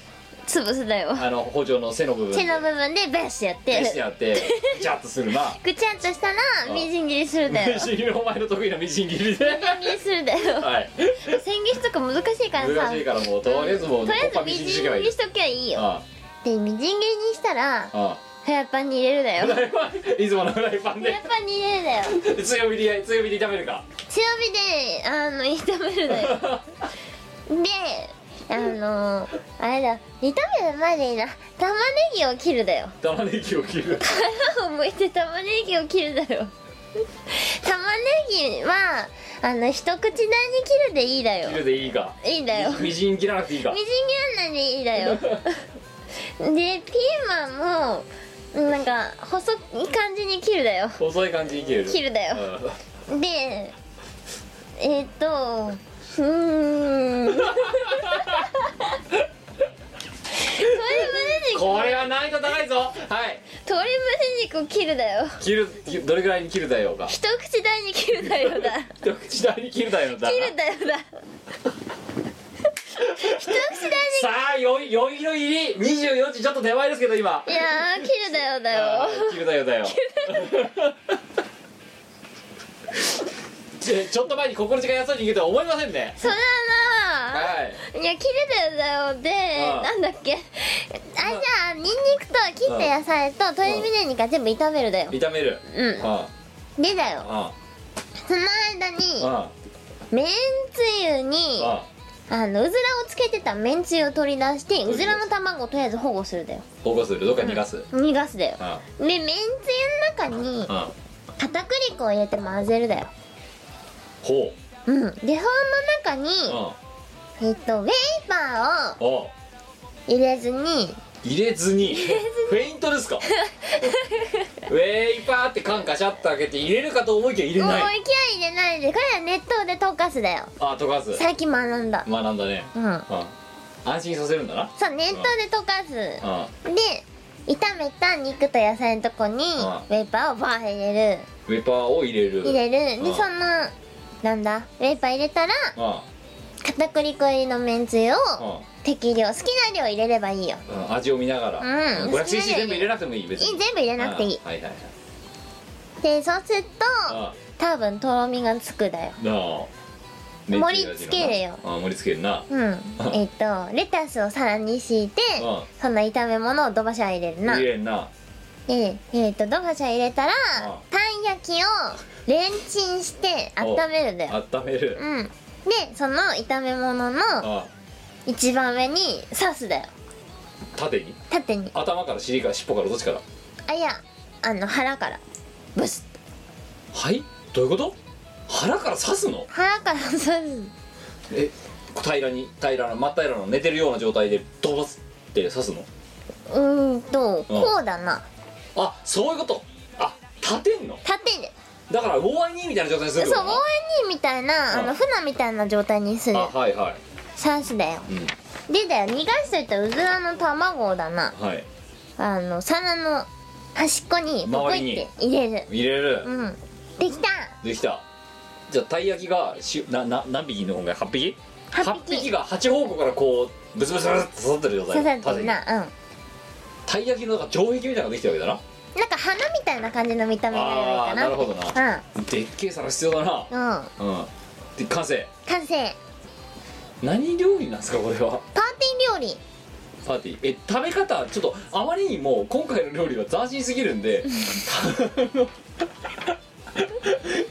潰すだよ
あの包丁の背の部分
手の部分でベースやっ
でして
て
やってジャッとするな
ぐちゃっとしたら
ん
みじん切りするだよ
みじん切りお前の得意なみじん切りで
みじん切りするだよ
はい
千切りとか難しいからさ
難しいからもうとりあえずもう
とりあ
こ
えず
こは
みじん
しと
切
けばいい
りしときゃいいよ
あ
でみじん切りにしたら
ああ
フライパンに入れるだよ
あいつものフライパン
フラ
で
イパンに入れるだよ
強火で強火で炒めるか
強火であの炒めるだよ であのあれだ炒める前でいいな玉ねぎを切るだよ
玉ねぎを切る
皮を剥いて玉ねぎを切るだよ玉ねぎはあの一口大に切るでいいだよ
切るでいいか
いいんだよ
みみじん切らなくていいか
みじん切らないでいいだ よでピーマンもなんか細い感じに切るだよ
細い感じに切れる
切るだよ
うん
でえーっと うーんこれ胸肉
これは難易度高いぞはい
鶏胸肉を切るだよ
切る切どれぐらいに切るだようか
一口大に切る だよだ
一口大に切るだようだ
切るだよだ一口大
さあよいよいの入り24時ちょっと手前ですけど今
にいやー切るだよだ
あ
よ
ー切るだようだよちょちょっと前に心地が安い人間とは思いませんね
それはな
はい
いや切れてるだよで
ああ
なんだっけあじゃあニンニクと切った野菜と鶏むね肉は全部炒めるだよ
炒める
うん
あ
でだよ
あ
その間に
あ
めんつゆに
あ
あのうずらをつけてためんつゆを取り出してうずらの卵をとりあえず保護するだよ
保護するどっか逃がす
逃がすだよ
あ
でめんつゆの中に
あ
片栗粉を入れて混ぜるだよ
ほ
うんでその中に
うあ
えっとウェイパーを
あ
入れずに
入れずにフェイントですかウェイパーって缶カシャッと開けて入れるかと思いきや入れ
もう
ない
いきなり入れないでこれは熱湯で溶かすだよ
あ溶かす
最近学んだ
学んだね
うん
うん安心させるんだな
そう熱湯で溶かすで
うん
炒めた肉と野菜のとこにウェイパーをバーン入れる
ウェイパーを入れる
入れる
う
で
ん
そのなんだウェイパー入れたら
うん
片栗粉入りのめんつゆを
うん
適量好きな量入れればいいよ
うん味を見ながら、
うん
500cc 全部入れなくてもいい別
い
に
い全部入れなくていい
あはいはいはい
でそうすると
あ
多分とろみがつくだよ
なあ
盛り付けるよ
あ盛り付けるな
うんえっとレタスを皿に敷いて
うん
その炒め物をドバシャ入れるな
入れんな
でえっとドバシャ入れたら
うん
たん焼きをレンチンして温めるんだよ
温める
うんでその炒め物の
あ
一番上に刺すだよ
縦に
縦に
頭から尻から尻尾からどっちから
あいやあの腹からブスッ
はいどういうこと腹から刺すの
腹から刺す
え平らに平らな真っ平らの寝てるような状態でドバスって刺すの
うーんとこうだな
あそういうことあ立てんの
縦で
だからウォーアイニーみたいな状態にする
そ
の
う応援にみたいなあ
う
の
ん
船みたいな状態にする
あはいはい
刺すだよ
うん
でだよ逃がしといたうずらの卵をだな
はい
あの皿の端っこにポコイって入れる
入れる、
うんできた
できたじゃあたい焼きがしなな何匹いんの今回8匹
八匹
が8方向からこうブツブツブツって刺さってる状
刺さ
態
ってる
に
なうん
たい焼きのなんか城壁みたいなのができてるわけだな
なんか花みたいな感じの見た目になればいいかな
あーなるほど
な
でっけえ皿必要だな
うんうん
うんで完成
完成
何料理なんですかこれは
パーティー料理
パーティーえ食べ方ちょっとあまりにも今回の料理は斬新すぎるんで あの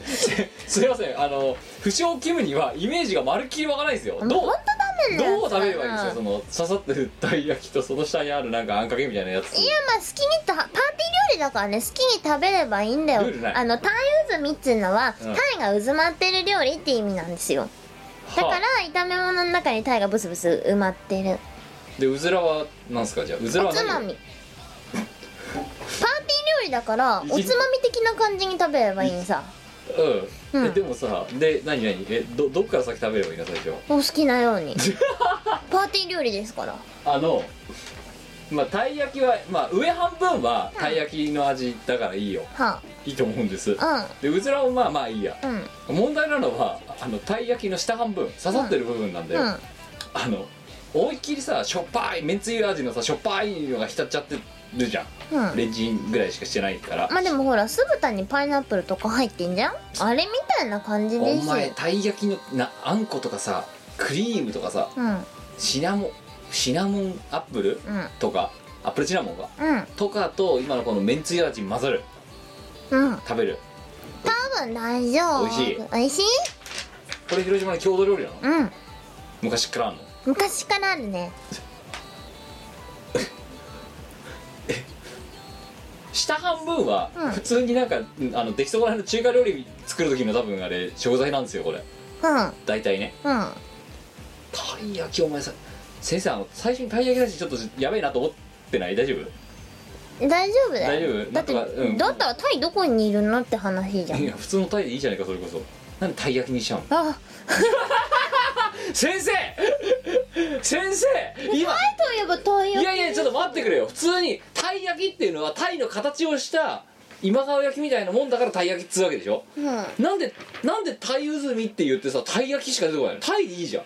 すすいませんあの不詳キムにはイメージがまるっきりわからないですよどう
ほんとダメなやつ
どう食べればいいんですか
うん
その刺さってるたい焼きとその下にあるなんかあんかけみたいなやつ
いやまあ好きにたパーティー料理だからね好きに食べればいいんだよ
ルールない
あのタイ渦みっつうのは、
うん
タイが渦まってる料理って意味なんですよだから
は
炒め物の中にタイがブスブス埋まってる
あでうずらはなんすかじゃあうずら
お
は
つ
何
まみパーティー料理だからお
い
つ
じ
まみ的な感じに食べればいいんさ
うん、
う
え
ん
でもさで何何えどどっから先食べればいいの最初
お好きなよ うにパーティー料理ですから
あのまあたい焼きはまあ上半分はたい焼きの味だからいいよ
はい
いと思うんです
あ
でうずらもまあまあいいや
うんうん
問題なのはあのたい焼きの下半分刺さってる部分なんだよ、
うん
あの思いっきりさしょっぱいめんつゆ味のさしょっぱいのが浸っちゃってるじゃん、
うん
レンチンぐらいしかしてないから、
まあでもほら酢豚にパイナップルとか入ってんじゃんあれみたいな感じ
お
ですよ
前たい焼きのなあんことかさクリームとかさ
うんうん
シナモンシナモンアップルとかアップルシナモンか
うん
とかと今のこのめんつゆ味混ざる
うん
食べる
多分大丈夫
美味しい
美味しい
これ広島の郷土料理なの
うん
昔からあんの
昔からあるね
下半分は
うん
普通になんか、うんあの出来損ないの中華料理作る時の多分あれ食材なんですよこれ
うんうん
大体ね
あ
たい焼きお前さ先生あの最初にたい焼きだしちょっとやべえなと思ってない大丈夫
大丈夫だよ
大丈夫
だ
な
って、
んとかうん
だったらタイどこにいるのって話じゃ
い
ん
や普通のタイでいいじゃないかそれこそなんでたい焼きにしちゃうの
あ
先生先生今
タイといえばタイ
い
焼
やいやちょっと待ってくれよ普通にたい焼きっていうのはタイの形をした今川焼きみたいなもんだからたい焼きっつうわけでしょ
きうん
なんでなんでタイうずみって言ってさたい焼きしか出てこないのタイでいいじゃん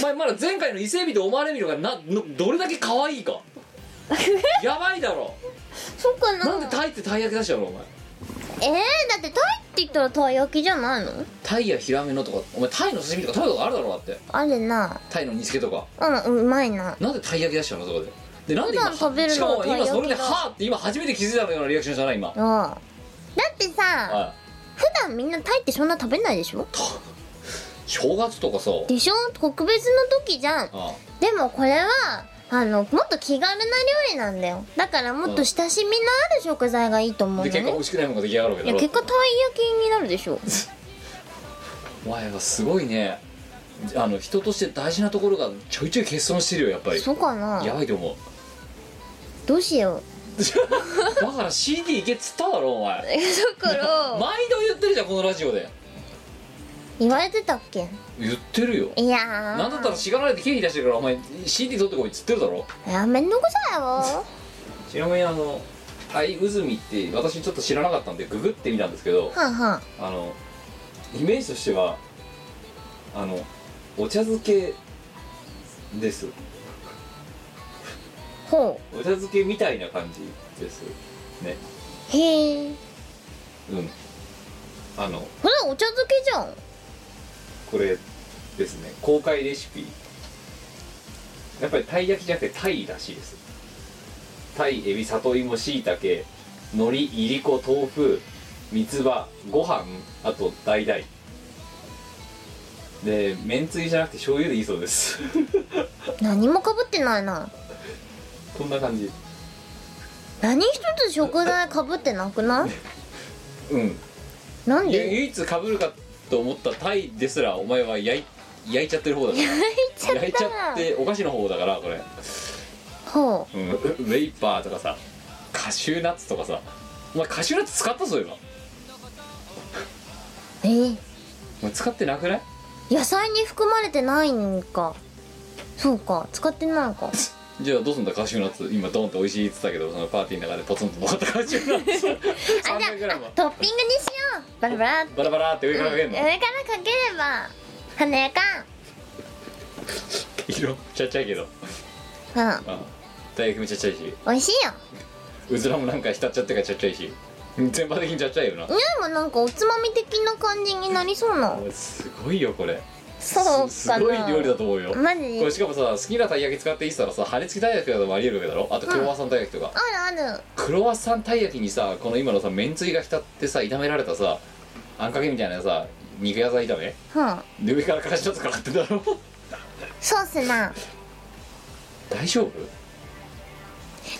お前まだ前回の伊勢海老と思われるのがなのどれだけ可愛い かやばいだろ
そっかな
なんでタイってたい焼き出しちゃうのお前
えー、だってタイって言ったらたい焼きじゃないの
タイやヒラメのとかお前タイの刺身とか食べたことあるだろだって
あるな
タイの煮付けとか
うんうまいな
なんでたい焼き出しちゃうのそこででなんで
普段食べるの
しかも
たい
今
焼きだ
それで「はーって今初めて気づいたようなリアクションしたな今
うんだってさ
は
普段みんなタイってそんな食べないでしょ
いた正月とかさ
でしょ特別の時じゃん
あ
でもこれはあのもっと気軽な料理なんだよだからもっと親しみのある食材がいいと思う
あ
の
で
ね
結果美味しくないものが出来上がるわけだ
いや
ろ
結果たい焼きになるでしょ
お前はすごいねあの人として大事なところがちょいちょい欠損してるよやっぱり
そうかな
やばいと思う
どう しよ
だから CD 行けっつっただろお
う
前
だから
毎度言ってるじゃんこのラジオで
言われてたっけ
言ってるよ
いやー
なんだったらしがられて経費出してるからお前 CD 取ってこいっつってるだろ
いやめんどくさ いわ
ちなみにあのアイウズミって私ちょっと知らなかったんでググってみたんですけど
はんはん
あのイメージとしてはあのお茶漬けです
ほ
お茶漬けみたいな感じですね
うへえ
うんあの
これお茶漬けじゃん
これですね公開レシピやっぱりたい焼きじゃなくてたいらしいですたいエビ里芋しいたけ海苔いりこ豆腐三つ葉ご飯あと大々でめんつゆじゃなくて醤油でいいそうです
何もかぶってないな
こんな感じ
何一つ食材かぶってな くない
うん
なん
ゆ
で
唯一かぶるかと思ったタイですらお前は焼い焼いちゃってる方だから 焼いちゃってお菓子の方だからこれ
ほう
うんウェイパーとかさカシューナッツとかさお前カシューナッツ使ったそういえば
えー
お前使ってなくない
野菜に含まれてないんかそうか使ってないか
じゃあどうすんだカシューナッツ今ドンって美味しいっつったけどそのパーティーの中でポツンともらったカシューナッ ツ
あじゃ
300g
あトッピングにしようバラバラって
バラバラって上からかけんの
上からかければ華やか
色ちゃっちゃいけど
うん
うん大学もちゃっちゃいし
美味しいよ
うずらもなんか浸っちゃってからちゃっちゃいし全般的にちゃっちゃいよな
匂いもなんかおつまみ的な感じになりそうな
お前すごいよこれ
そうかな
すすごい料理だと思うよ
マ
これ
ジ
しかもさ好きなたい焼き使っていいっつったらさ羽根付きたい焼きとかでもありえるわけだろあとクロワッサンたい焼きとか、
あるある
クロワッサンたい焼きにさこの今のさめんつゆが浸ってさ炒められたさあんかけみたいなさ肉野菜炒め
うん
で上からからしちょっとかかってんだろ
ソースな
大丈夫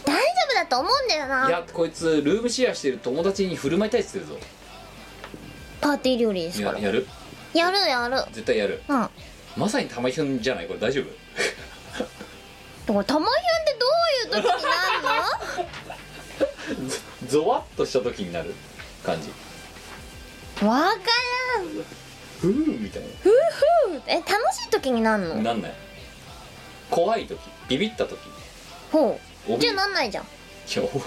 大丈夫だと思うんだよ
い
な
やこいつルームシェアしてる友達に振る舞いたいっつってるぞ
パーティー料理ですか
や
ら
やる
やるやる
絶対やる
うん
まさに玉ひゅんじゃないこれ大丈夫
だから玉ひゅんってどういう時になるの
ゾワッとした時になる感じ
わからん
ふーみたい
え楽しい時になる
な
の
なんない怖い時ビビった時
ほ
お
う
び
じゃあなんないじゃん
驚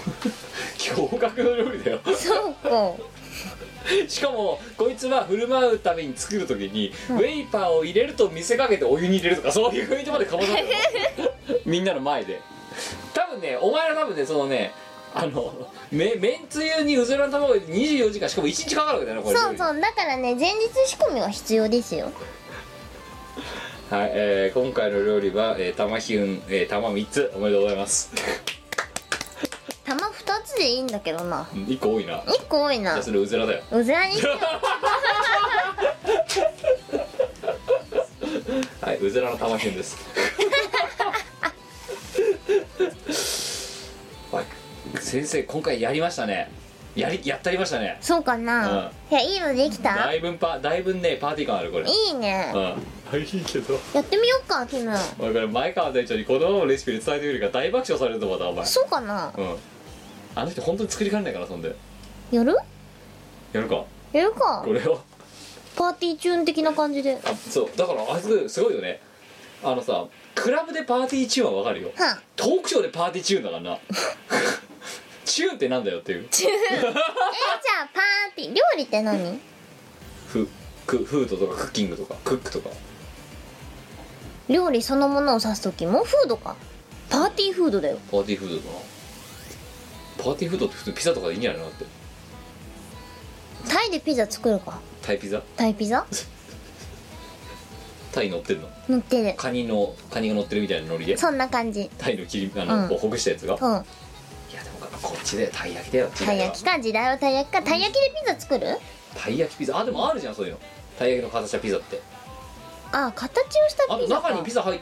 驚愕の料理だよ
そうか
しかもこいつは振る舞うために作るときに、ウェイパーを入れると見せかけてお湯に入れるとかそういう雰囲気までかまされる みんなの前で多分ねお前ら多分ねそのねあのめめんつゆにうずらの卵入れて24時間しかも1日かかるわけだよねこれ
そうそうだからね前日仕込みは必要ですよ
はい、えー今回の料理は、えー、玉ひゅん、えー、玉3つおめでとうございます
玉2つでいいんだけどな
1個多いなじ
1個多い
ゃ
な
あそれうずらだよ
うずらにしよ
はいうずらの玉ひゅんですはい先生今回やりましたねやりやったりましたね
うそうかな、いやいいのできた
だいぶんパだいぶんねパーティー感あるこれ
いいね
うんあいいけど
やってみようかキム
お前これ前川店長にこのままのレシピで伝えてみるから大爆笑されるとまたお前
そうかな
うんあの人本当に作りかねないからそんで
やる
やるか
やるか
これを
パーティーチューン的な感じで
あそうだからあいつすごいよねあのさクラブでパーティーチューンはわかるよ
は
トークショーでパーティーチューンだからな チューンってなんだよっていう
えじゃあパーティー料理って何
フクフードとかクッキングとかクックとか
料理そのものを指す時もフードかパーティーフードだよ
パーティーフードだなパーティーフードって普通にピザとかでいいんじゃないのだって
タイでピザ作るか
タイピザ
タイピ ザ
タイ乗ってるの
乗ってる
カニのカニが乗ってるみたいなノリで
そんな感じ
タイの切りあの、
うん
こうほぐしたやつが、い
うん
やでもこっちでタイ焼きだよ
たい焼きか時代はたい焼きかたい焼きでピザ作る
タイ焼きピザあでもあるじゃんそういうのたい焼きの形したピザって
あ形をした
あ
ピ
と
ザか
中にピザ入っ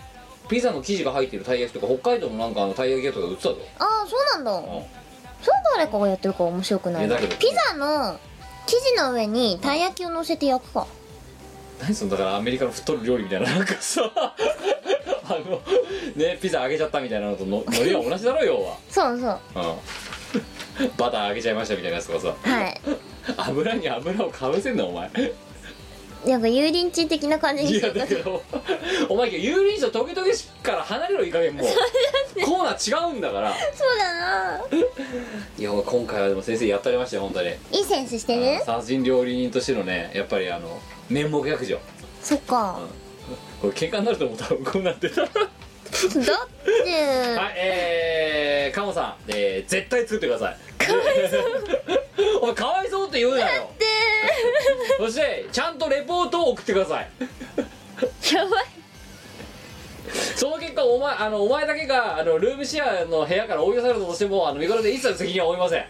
ピザの生地が入ってるたい焼きとか北海道のなんかあのたい焼き屋とか売ってたぞ、
ああそうなんだ、
うん
それ誰かがやってるから面白くない
い
な
や
ピ
だけど
ザの生地の上にたい焼きを乗せて焼くか
何そのだからアメリカの太る料理みたいななんかさあのねピザ揚げちゃったみたいなのとの海苔は同じだろ要は
そうそう
うんバター揚げちゃいましたみたいなやつとかさ
はい
油に油をかぶせんなお前
なんか油淋鶏的な感じに
い
して
や
る
だけど お前油淋鶏トゲトゲしから離れろいい加減もう コーナー違うんだから
そうだない
や今回はでも先生やったりましたよ本当に
いいセンスして
あ
る
の殺人料理人としてのねやっぱりあの面目躍如
そっか
これ喧嘩になると思ったらこうなって たは
だって
いえー、カモさん、えー、絶対作ってくださいかわいそう お前かわいそうって言うなよ
で
そしてちゃんとレポートを送ってください
やばい
その結果お前あのお前だけがあのルームシェアの部屋から追い出されたとしてもあの見頃で一切責任は負いません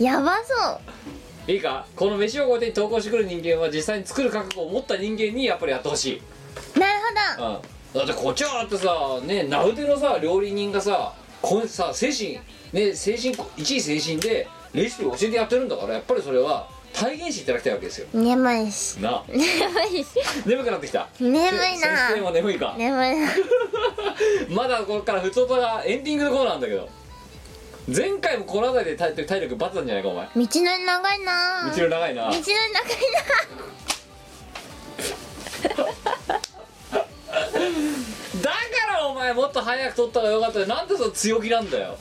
やばそう
いいかこの飯をこうやって投稿してくる人間は実際に作る覚悟を持った人間にやっぱりやってほしい
なるほど
うんだってこっちはだってさね名腕のさ料理人がさこんさ精神ね精神一位精神でレシピを教えてやってるんだからやっぱりそれは体現していただきたいわけですよ
眠いし
なあ
眠いし
眠くなってきた
眠い
先生も
な
眠いか、
眠いな
まだこれから普通とがエンディングのコーナーなんだけど前回もこの辺りで体体力バツなんじゃないかお前
道のり長いな
道の長いな
道のり長い
だからお前もっと早く取った方がよかったよなんでその強気なんだよ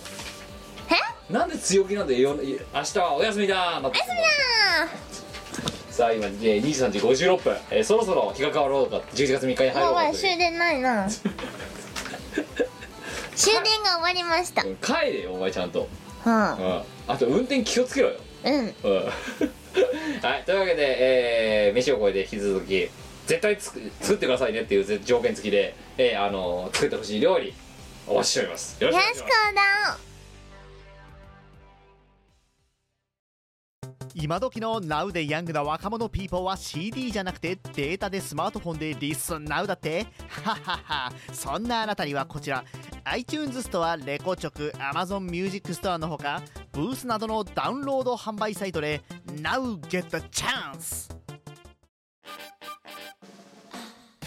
なんで強気なんだよよ明日はお休みだお休みだ
な
さあ今、えー、23時56分、えーそろそろ日が変わろうか11月3日に入
あ
ろう
や
か
ば
とい
いう終電ないな 終電が終わりました
うん帰れよお前ちゃんと、
は
う
あ
ん、あと運転気をつけろよ、
うん
うんはいというわけで、えー飯を超えて引き続き絶対つく作ってくださいねっていう条件付きで、えーあのー作ってほしい料理お待ちしておりますよろしくお
よ
願い
し
し
こ
ます
だ
今時の Now でヤングな若者ピーポーは CD じゃなくてデータでスマートフォンでリスン Now だってはははそんなあなたにはこちら iTunes ストア、レコチョク、Amazon ミュージックストアのほかブースなどのダウンロード販売サイトで Now get the chance!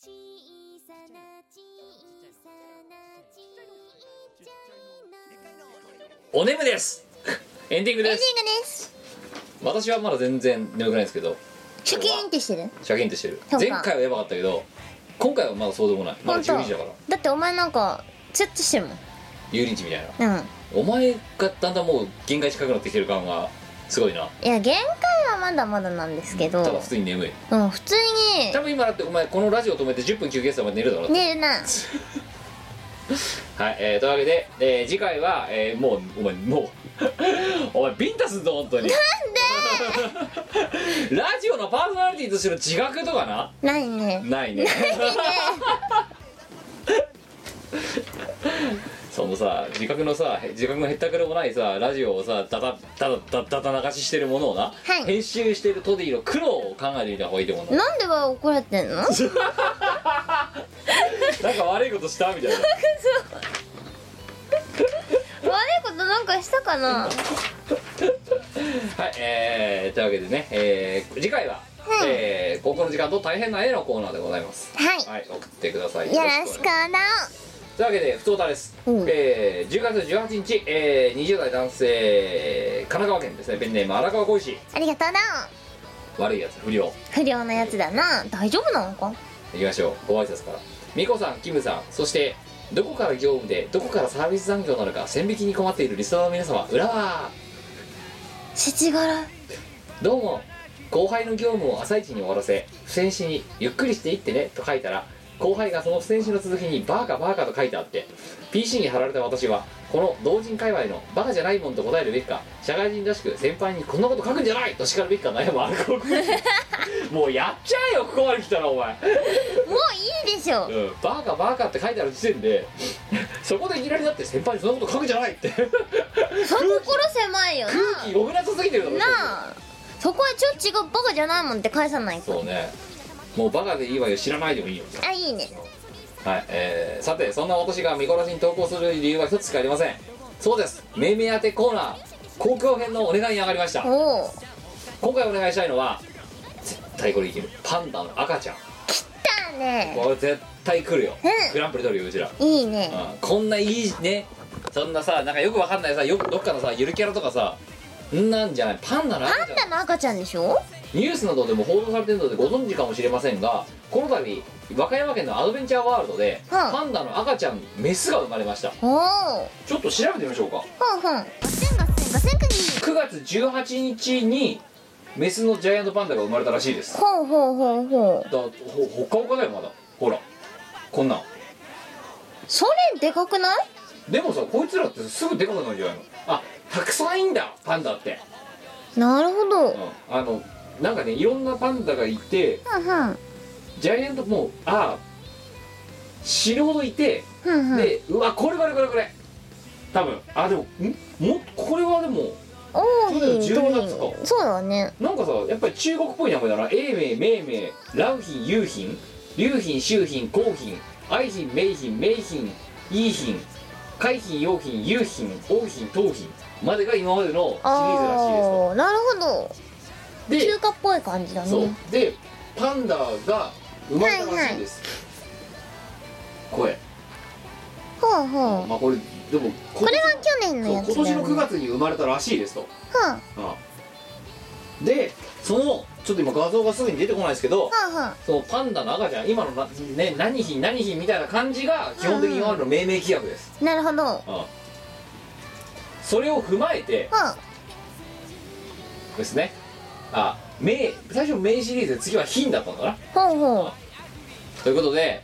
小さな小さなちっちゃいの
お眠ですエンディング
エ
で
ンディング
す
です
私はまだ全然眠くないんですけど
シュキーンってしてる
シャキンとしてる
そうか
前回はやばかったけど今回はまだそうでもないまだ
本当
12時だから
だってお前なんかツッとしてるもん
油淋鶏みたいな
うん
お前がだんだんもう限界近くなってきてる感がすごいない
や限界はまだまだなんですけど
ただ普通に眠い
うん普通
多分今だってお前このラジオ止めて10分休憩したまで寝るだろ
に寝るな
はい、えー、というわけで、えー次回は、えーもうお前もう お前ビンタすんぞ本当になんで ラジオのパーソナリティとしての自覚とかな
ないね
ないねそのさ自覚のさ自覚のへったくれもないさラジオをさだだだだだだ流ししてるものをな、
はい
編集してるトディの苦労を考えてみた方がいいと思うな
なんでは怒られ てんの
なんか悪いことしたみたいな
悪いことなんかしたかな
はい、えー、というわけでね、えー、次回は、えー、高校の時間と大変な絵のコーナーでございます。
はい
はい、送ってください。
よろしく
お願い
な
ますというわけで、ふつおたです。
うん
えー、10月18日、えー、20代男性、神奈川県ですね、ペンネーム荒川浩一。
ありがとうな
悪いやつ不良
不良なやつだな大丈夫なのか
いきましょうご挨拶から美子さんキムさんそしてどこから業務でどこからサービス残業なのか線引きに困っているリスナーの皆様裏は
せちがらい
どうも後輩の業務を朝一に終わらせ不戦死にゆっくりしていってねと書いたら後輩がその不戦死の続きにバーカバーカと書いてあって PC に貼られた私はこの同人界隈のバカじゃないもんと答えるべきか社会人らしく先輩にこんなこと書くんじゃないと叱るべきか悩むある高校生もうやっちゃえよここまで来たらお前
もういいでしょ
うん、バーカバーカって書いてある時点でそこでいきなりだって先輩にそんなこと書くじゃないって
そこ心狭いよな
読めなさすぎてるだろ
なあそこはちょっと違うバカじゃないもんって返さない
それ
と
そうねもうバカでいいわよ知らないでもいいよみたい
あいいね
なはいえー、さてそんな私が見殺しに投稿する理由は一つしかありませんそうです命名当てコーナー公共編のお願いに上がりました
おお
今回お願いしたいのは絶対これいけるパンダの赤ちゃん
だね
これ絶対来るよ、
うん
グランプリ取るようちら
いいね
うんこんないいねそんなさなんかよくわかんないさよくどっかのさゆるキャラとかさんなんじゃないパンダの赤
パ
ちゃ
ン
ん
ダの赤ちゃんでしょ
ニュースなどでも報道されているのでご存知かもしれませんがこの度和歌山県のアドベンチャーワールドで、
はあ
パンダの赤ちゃんメスが生まれました
おお
ちょっと調べてみましょうか
ふんふんガセンガセンガセンクニー
9月18日にメスのジャイアントパンダが生まれたらしいです
ほうほうほうほう
だほほっかほかだよまだほらこんなん
それでかくない
でもさこいつらってすぐでかくなるんじゃないのあたくさんいんだパンダって
なるほど
うんあのなんかねいろんなパンダがいて
ふんふん
ジャイアントもうああ死ぬほどいて、
ふんふん
でうわこれこれこれこれ多分あでもんもこれはでも
おお
そうだよ
いい
12月か
そうだね
なんかさやっぱり中国っぽい名前だな永明明明蘭賓雄賓龍賓周賓皇賓愛賓明賓明賓イ賓海賓陽賓雄賓王賓東賓までが今までのシリーズらしいですと
ああなるほど
で
中華っぽい感じだね
そうでパンダが生まれたらしいです、
ほう
これ、
ほう
まあこれでもこ
これは去年のやつだ
今
よね
年の9月に生まれたらしいですと、
はん
うんでそのちょっと今画像がすぐに出てこないですけど、
はんはん
そのパンダの赤ちゃん今のな、ね、何品何品みたいな感じが基本的に今までの命名規約です、
なるほどはん
うんそれを踏まえてですねあ名最初名シリーズで次は品だったのかな
ほうほう
ということで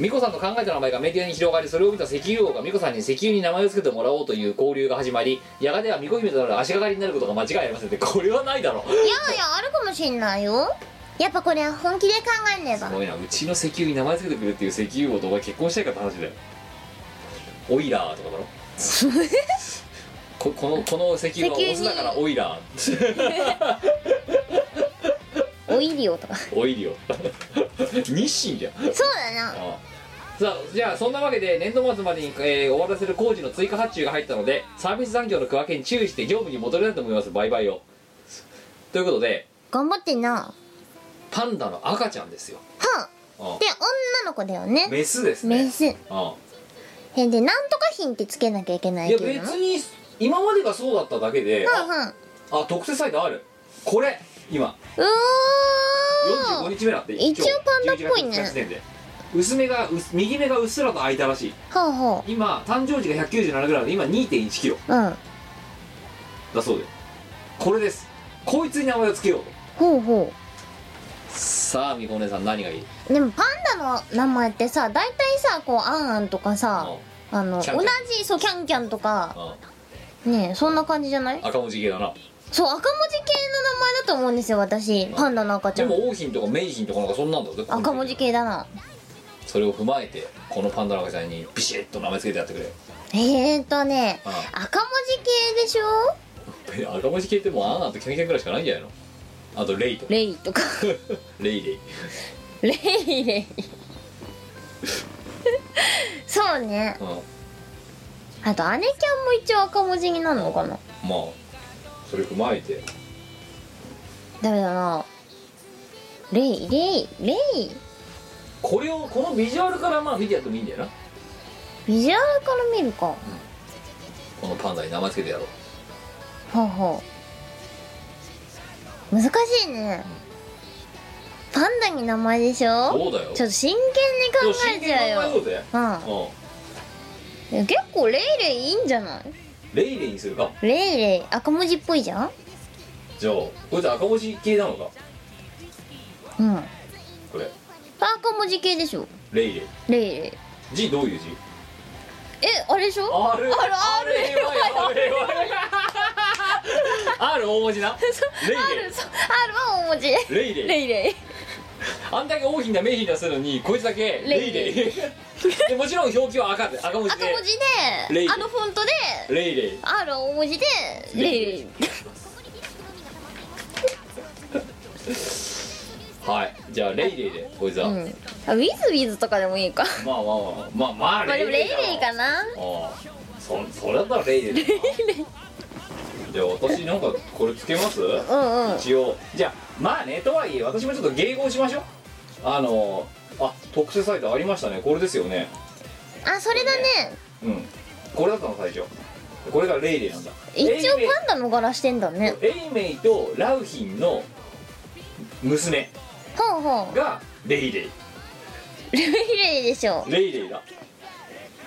美子さんの考えた名前がメディアに広がりそれを見た石油王が美子さんに石油に名前を付けてもらおうという交流が始まりやがては美子姫となる足がかりになることが間違いありませんでこれはないだろう
いやいやあるかもしんないよやっぱこれは本気で考えねば
すごいなうちの石油に名前付けてくれっていう石油王とお前結婚したいかって話だよオイラーとかだろここのこの石油はオスだからオイラ ー
おいりよとか
オイリオ 日清じゃん
そうだな
さあじゃあそんなわけで年度末までに、えー終わらせる工事の追加発注が入ったのでサービス残業の区分けに注意して業務に戻りたいと思いますバイバイをということで
頑張ってんな
パンダの赤ちゃんですよ、
はんで
う
女の子だよね
ん、メスですね
メスえ
うん
でなんとか品ってつけなきゃいけないい
や
けど
別に今までがそうだっただけで
はんはんう
ああ特設サイトあるこれ今
お
45
ー
日目だって
一応パンダっぽいね
11月2日で薄めが薄右目がうっすらと開いたらしい
ほうほ
今誕生時が 197g で今 2.1kg
ううん
だそうでこれですこいつに名前を付けようと
ほうほ
さあみこお姉さん何がいいう
でもパンダの名前ってさ大体さこうアンアンとかさ
の
あの
キャンキャン
同じそうキャンキャンとか
あ
ねえそんな感じじゃない
赤文字系だな
そう赤文字系の名前だと思うんですよ私パンダの赤ち
で
ゃん
も王品とか名品とかなんかそんなんだぜ
赤文字系だな
それを踏まえてこのパンダの赤ちゃんにビシッと名前付けてやってくれ
えーとね
あ
赤文字系でしょ
あ赤文字系ってもうあんなんとキャンキャンくらいしかないんじゃないのあとレイと
レイとか
レイレイ
レイレイ そうね
うん
あと姉キャンも一応赤文字になるのかな
まあそれ踏まえて
ダメだなレイレイレイ
これをこのビジュアルからまあ見てやってもいいんだよな
ビジュアルから見るか
このパンダに名前付けてやろう
ほうほう難しいねパンダに名前でしょ
そうだよ
ちょっと真剣
でも
に考え
真剣
ち
に考
ゃ
え
う
よ
よ
うぜ
うんいや結構レイレイいいんじゃない
うんレイレイにするか
レイレイ赤文字っぽいじゃん
じゃあこいつ赤文字系なのか
うん
これ
赤文字系でしょ
レイレイ
レイレイ
字どういう字
えあれでしょ
ある
あるある
あるある大文字なレ
そう R は大文字
イレイレイレイ
レイレイ
あんだけ大ひんだ名ひんだするのにこいつだけレイレイでもちろん表記は赤で赤文字
赤
で
文字
レイレ
で
イ
あのフォントで
レイレイ
R は大文字でレイレイ
はいじゃあレイレイでこいつは、
うんあウィズウィズとかでもいいか
まあまあまあまあまあ
まあでもレイレイ
な
かな
ああそそれだったらレイレイレイレイじゃあ私なんかこれつけます
うんうん
一応じゃあまあねとはいえ私もちょっと迎合しましょうあのあ特設サイトありましたねこれですよね
あそれだね
うんこれだったの最初これがレイレイなんだ
一応
レイレイ
パンダの柄してんだね
エイメイとラウヒンの娘
ほうほ
がレイレイ
うレイレイでしょ
レイレイだ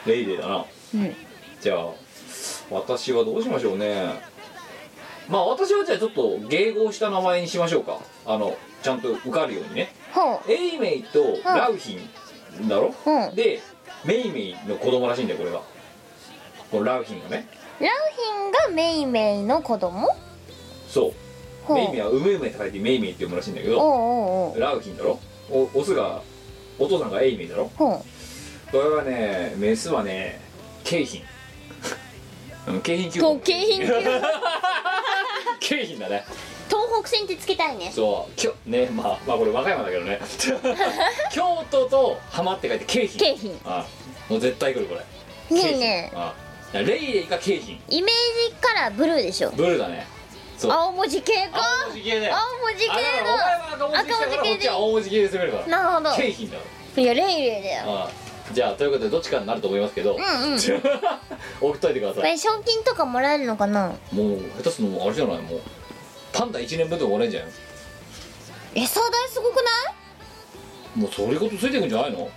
レイレイだな
うん
じゃあ私はどうしましょうねまあ私はじゃあちょっと迎合した名前にしましょうかあのちゃんと受かるようにね
ほ
エイメイとラウヒンだろ、
ううん
でメイメイの子供らしいんだよこれがこのラウヒンがね
ラウヒンがメイメイの子供
そ
ほ
う
う
メイメイはうめうめって書いてメイメイって読むらしいんだけど
おうおうおう
ラウヒンだろおオスがお父さんがエイメイだろ
ほう
これはねメスはね景品うん景品級
そう景品級
景品だね
東北線ってつけたいね
そうきょねまあまあこれ和歌山だけどね京都と浜って書いて景品
景品
あもう絶対来るこれ
ねえね
あレイレイが景品
えイメージカラーブルーでしょ
ブルーだねそう
青文字系か
青文字系ね
青文字系
あだからお前は赤文字系だから
赤文字系で
こっちは大文字系で攻めるか
のなるほ
ら
ど
景品だろ
いやレイレイだよ
あじゃあということでどっちかになると思いますけ ど、
うんうん
送っといてくだ
こ
さい
れ賞金とかもらえるのかな
もう下手するのもあれじゃないもうパンダ1年分とかもらえんじゃない
餌代すごくない
もうそういうことついてくんじゃないの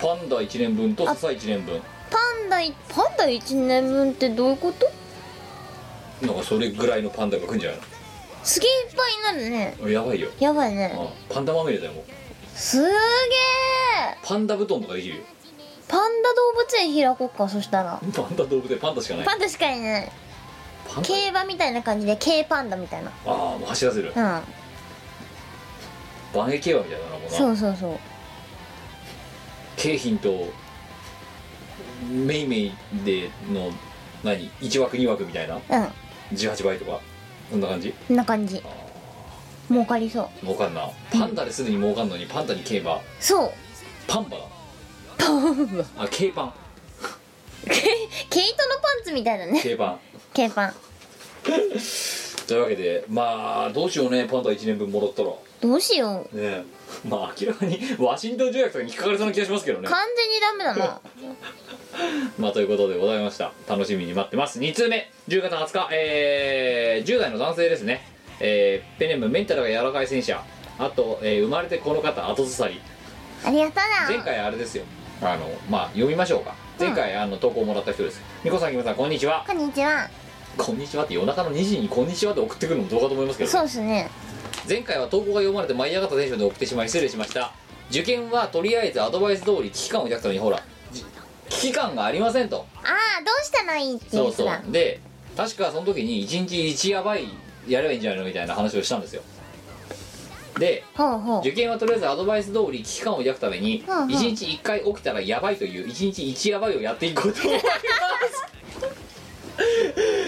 パンダ1年分と笹1年分
パンダいパンダ1年分ってどういうこと
なんかそれぐらいのパンダが来んじゃない
すげえいっぱいになるね
のやばいよ
やばいね
あパンダまみれだよもう
すげえ
パンダ布団とかできるよ
パンダ動物園開こっかそしたら
パンダ動物でパンダしかない
パンダしかいない
パンダ
競馬みたいな感じで軽パンダみたいな
ああもう走らせる
うん
万華競馬みたいだなもうな
そうそうそう
京浜とメイメイでの何1枠2枠みたいな
うん
18倍とかそんな感じ
こんな感じ儲かりそう
儲かんなパンダですでに儲かんのにパンダに競馬
そう
パンバだパンバあ競パン
毛糸のパンツみたいだね
競パン
軽パン
というわけでまあどうしようねパンダ1年分もらったらね
どうしよう
えまあ明らかにワシントン条約とかに引っかかりそうな気がしますけどね
完全にダメだな
まあということでございました楽しみに待ってます2通目10月20日えー、10代の男性ですねえー、ペンネームメンタルが柔らかい戦車あと、えー生まれてこの方後ずさり
ありがとう
前回あれですよあのまあ読みましょうか前回あの投稿もらった人ですみこさんきむさんこんにちは
こんにちは
こんにちはって夜中の2時にこんにちはって送ってくるのもどうかと思いますけど
そうですね
前回は投稿が読まれて舞い上がったテンションで送ってしまい失礼しました受験はとりあえずアドバイス通り危機感を抱くためにほらじ危機感がありませんと
ああどうしたらいいって
そ
や
う
つ
そ
だ
うで確かその時に1日1やばいやればいいんじゃないのみたいな話をしたんですよで
ほうほう
受験はとりあえずアドバイス通り危機感を抱くために
うんう
1
ん
日1回起きたらやばいという1日1やばいをやっていこうと思い ます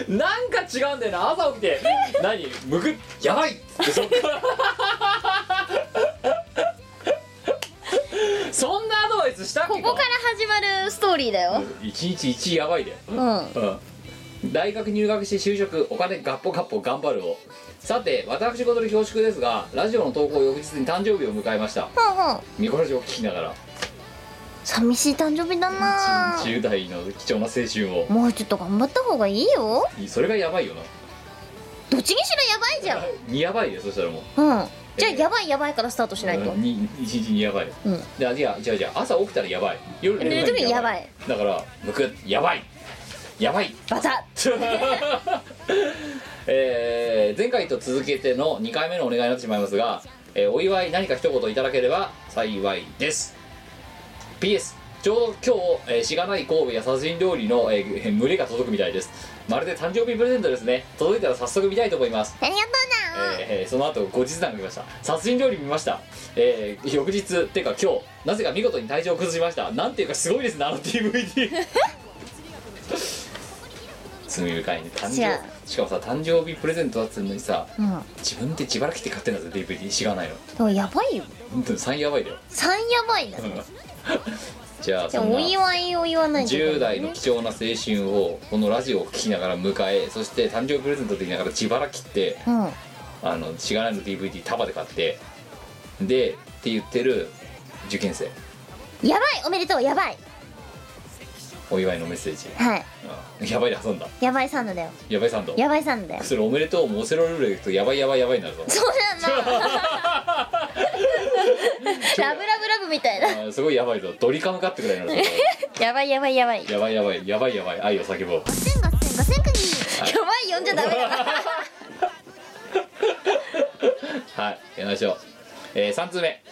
なんか違うんだよな朝起き て何むくっやばいってそっからそんなアドバイスしたっけ
ここから始まるストーリーだよ
1日1やばいで
うん
うん、大学入学して就職お金ガッポガッポ頑張るをさて私事で恐縮ですがラジオの投稿翌日に誕生日を迎えました
ほうほう
ミコラジオを聞きながら
寂しい誕生日だなぁ
10代の貴重な青春を
もうちょっと頑張った方がいいよ
それがやばいよな
どうちにしろやばいじゃん
にやばいですそしたらもう
うんじゃあやばいやばいからスタートしないと
うんに一日にやばいよ、
うん
であいや違う違う朝起きたらやばい夜寝る
寝る時にやばい
だからむくやばいやばい
バタ
えー前回と続けての2回目のお願いになってしまいますが、えーお祝い何か一言いただければ幸いです PS ちょうど今日、えーしがない神戸や殺人料理の、えー群れが届くみたいですまるで誕生日プレゼントですね届いたら早速見たいと思います
ありがとうな
えーその後後日談見ました殺人料理見ました、えー翌日てか今日なぜか見事に体調を崩しましたなんていうかすごいですねあの DVD 罪深いね誕
違う
生しかもさ誕生日プレゼントだっつうのにさ
うん
自分で自腹切って買ってんだぜ DVD 知らないの
でもやばいよ
本当に3やばいだよ
3やばいな
うんじゃあ
じゃ
そ
あ
ん
お
な
祝いを言わないと
10代の貴重な青春をこのラジオを聴きながら迎えそして誕生日プレゼントできながら自腹切って
うん
あのしがないの DVD 束で買ってでって言ってる受験生
やばいおめでとうやばい
お祝いのメッセージ、
はい
うんやばいで遊んだ
やばいサンドだよ
やばいサンド
やばいサンドだよ
それおめでとうもオセロルーレットやばいやばいやばいになる ぞ
そうだなラブラブラブみたいな
あーすごいやばいぞドリカムかってくらいになるぞ
やばいやばいやばいや
やばいやばいやばいやばい愛を叫ぼう
千五千五千国
ばい呼んじゃダメだな
はいやりましょう、えー、3通目、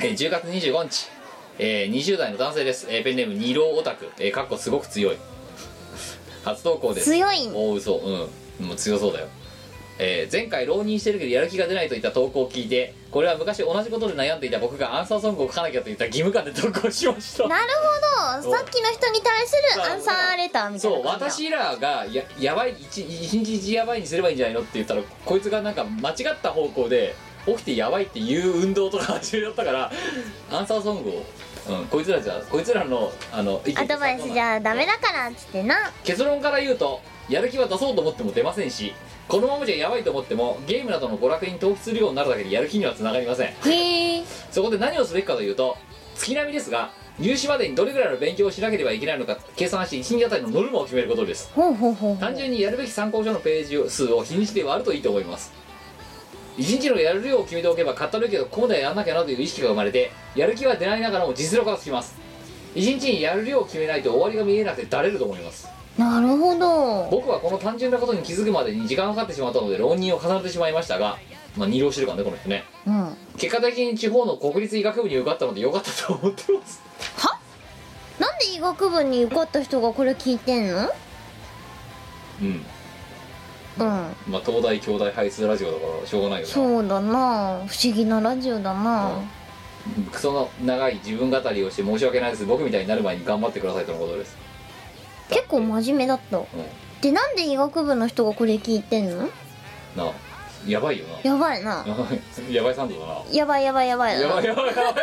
えー、10月25日、えー、20代の男性です、えーペンネーム二郎オタク、えー、かっこすごく強い初投稿です
強いん
おう嘘うんもう強そうだよ、えー前回浪人してるけどやる気が出ないといった投稿を聞いてこれは昔同じことで悩んでいた僕がアンサーソングを書かなきゃといった義務感で投稿しました
なるほどさっきの人に対するアンサーレターみたい
そう
な感じ
私らがややばい一一日一やばいにすればいいんじゃないのって言ったらこいつがなんか間違った方向で起きてやばいっていう運動とか始めちゃったからアンサーソングを、うん、こいつらじゃこいつらのあの意見
だアドバイスじゃダメだからっつってな
結論から言うとやる気は出そうと思っても出ませんしこのままじゃやばいと思ってもゲームなどの娯楽に投資するようになるだけでやる気にはつながりません
へえ
そこで何をすべきかというと月並みですが入試までにどれぐらいの勉強をしなければいけないのか計算して1日あたりのノルマを決めることです
ほうほうほうほう
単純にやるべき参考書のページ数を日にちで割るといいと思います1日のやる量を決めておけば語るけどここまではやらなきゃなという意識が生まれてやる気は出ないながらも実力がつきます1日にやる量を決めないと終わりが見えなくてだれると思います
なるほど
僕はこの単純なことに気づくまでに時間がかかってしまったので浪人を重ねてしまいましたがまあ二浪してるからねこの人ね
うんなん
結果的に地方の国立医学部に受かったので良かったと思ってます
で医学部に受かった人がこれ聞いてんの
うん
うん
まあ東大京大排出ラジオだからしょうがないよな
そうだな不思議なラジオだな、
クソの長い自分語りをして申し訳ないです僕みたいになる前に頑張ってくださいとのことです
結構真面目だった
うん
でなんで医学部の人がこれ聞いてんの
なあやばいよな
やばいな
やばいサンドだな
やばいやばいやばい
や
な
ばいやばいや ばい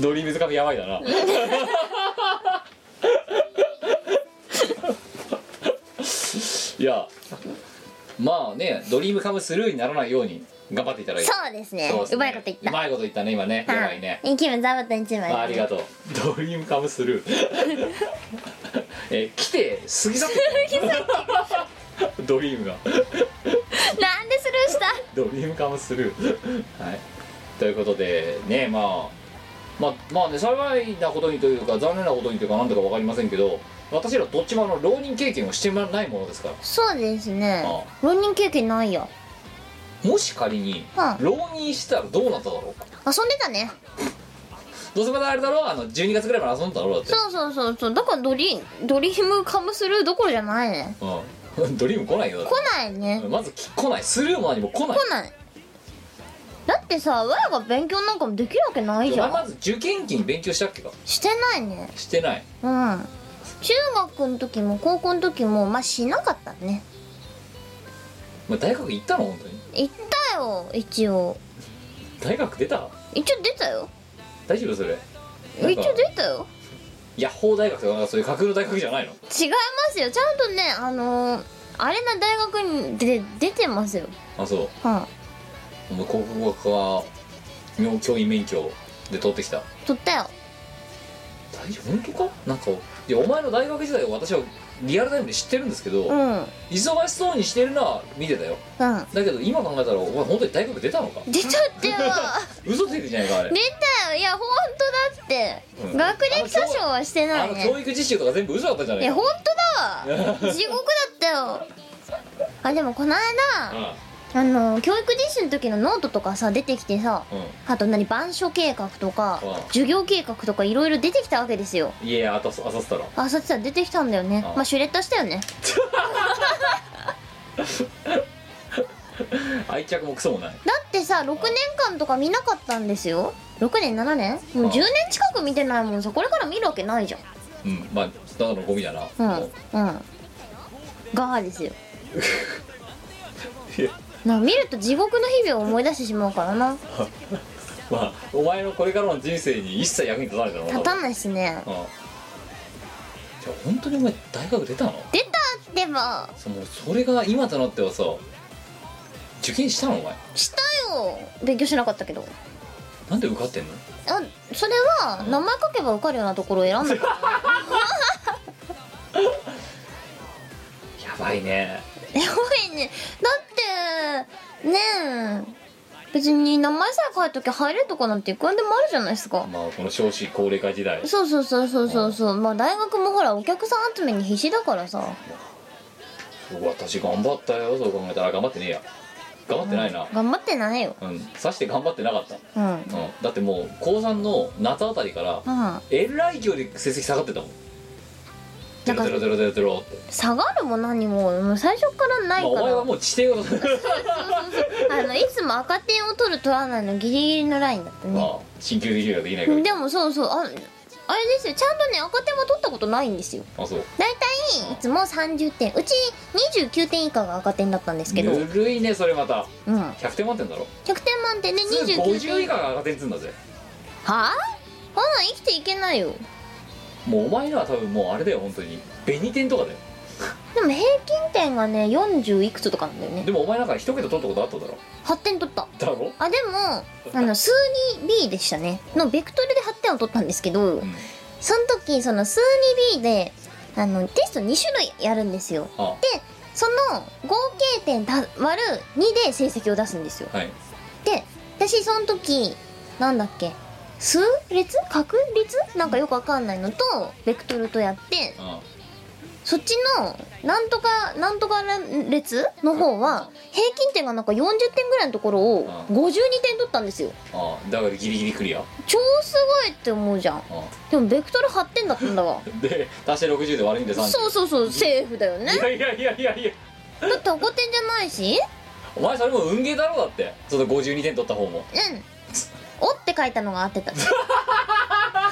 ドリームズカフェやばいだな いやまあねドリームカムスルーにならないように頑張っていただいて
そうですね
そうですね
まいこと言った
うまいこと言ったね今ねやばいね
はい気分ザブト一枚
あありがとうドリームカムスルー えー来て過ぎ去ってた ドリームが
なんでスルーした
ドリームカムスルーはいということでねまあまあまあね幸いなことにというか残念なことにというか何とか分かりませんけど私らどっちもあの浪人経験をしてないものですから
そうですね
あ
浪人経験ないよ
もし仮に
うん
浪人したらどうなっただろう
遊んでたね
どうせまたあれだろうあの12月ぐらいまで遊んだだろうだって
そうそうそうそうだからドリドリームカムスルーどころじゃないね
うん ドリーム来ないよだっ
来
て
ないね
まずき来ないスルーも何も来ない
来ないだってさ我が勉強なんかもできるわけないじゃ
お前
ん
まず受験期に勉強したっけか
してないね
してない
うん中学の時も高校の時もまあしなかったね
お前大学行ったの本当に
行ったよ一応
大学出た
一応出たよ
大丈夫それ
一応出たよ
ヤッホー大学とかなんかそういう架空の大学じゃないの
違いますよちゃんとねあのー、あれな大学にで出てますよ
あそう
は
お前国語科妙教員免許で取ってきた
い取ったよ
大丈夫本当かなんかいやお前の大学時代を私はリアルタイムで知ってるんですけど、
うんうん
忙しそうにしてるのは見てたよだけど今考えたらお前本当に大学出たのか
出ちゃったよ
嘘ついてるじゃないかあれ、
出たよいや本当だって、
うん
学歴詐称はしてな
あ
い
の
ね
教育実習とか全部嘘だったじゃない
え
か
本当だわ地獄だったよあでもこの間あの教育実習の時のノートとかさ出てきてさ
うん、
あと何板書計画とか
うん
授業計画とかいろいろ出てきたわけですよ
うん、いやあたあさったら
あさってさん出てきたんだよね
うん
まあシュレッダーしたよね
愛着もクソもない
だってさ6年間とか見なかったんですよ6年7年もう10年近く見てないもんさこれから見るわけないじゃん
うんまあただのゴミだな、
うん
も
うんガーですよ
いや
な見ると地獄の日々を思い出してしまうからな
まあお前のこれからの人生に一切役に立たないだろうな
立たないしね
うんじゃあ本当にお前大学出たの
出たでも
そもうそれが今となってはさ受験したのお前
したよ勉強しなかったけど
なんで受かってんの
あそれは名前書けば受かるようなところを選 んだから
やばいね
やばいねだってねえ別に名前さえ書いときゃ入れるとこなんていくらでもあるじゃないですか
まあこの少子高齢化時代
そうそうそうそうそうそうまあ大学もほらお客さん集めに必死だからさ
私頑張ったよそう考えたらあ頑張ってねえや頑張ってないな
頑張ってないよ
うんさして頑張ってなかった、
うんうん
うん、だってもう高3の夏あたりからえらい勢いで成績下がってたもんゼ
なん
ロ
か
ゼロゼロゼロゼロって、
下がるも何ももう最初からな
まあ、
い
お
か
前
ら
はもう地底を
あのいつも赤点を取る取らないのギリギリのラインだったね
まあ進級できるかできないか
でもそうそうああれですよちゃんとね赤点は取ったことないんですよ
あそう
大体いつも30点うち29点以下が赤点だったんですけど、うん、
ぬるいねそれまた
100
100点満点だろ
点満点で
普通
29
50
点
以下が赤点つんだぜ
はあこんなん生きていけないよ
もうお前のは多分もうあれだよ本当に紅点とかだよ
でも平均点がね40いくつとかなんだよね
でもお前なんか一桁取ったことあっただろ
8点取った
だろ
あでもあの数 2B でしたねのベクトルで8点を取ったんですけど
うん
その時その数 2B であのテスト2種類やるんですよ
あ
その合計点だ割る2で成績を出すんですよ
はい
で私その時なんだっけ数列確率なんかよくわかんないのとベクトルとやって
あ
そっちのなんとかなんとか列の方は平均点がなんか40点ぐらいのところを
あ
52点取ったんですよ
あだからギリギリクリアあ
超すごいって思うじゃんでもベクトル8点だったんだわ
で足して60で割るんで30
そうそうそうセーフだよね
いやいやいやいやいや
だって赤点じゃないし
お前それも運ゲーだろだってその52点取った方も
うん「お」って書いたのが合ってた 飯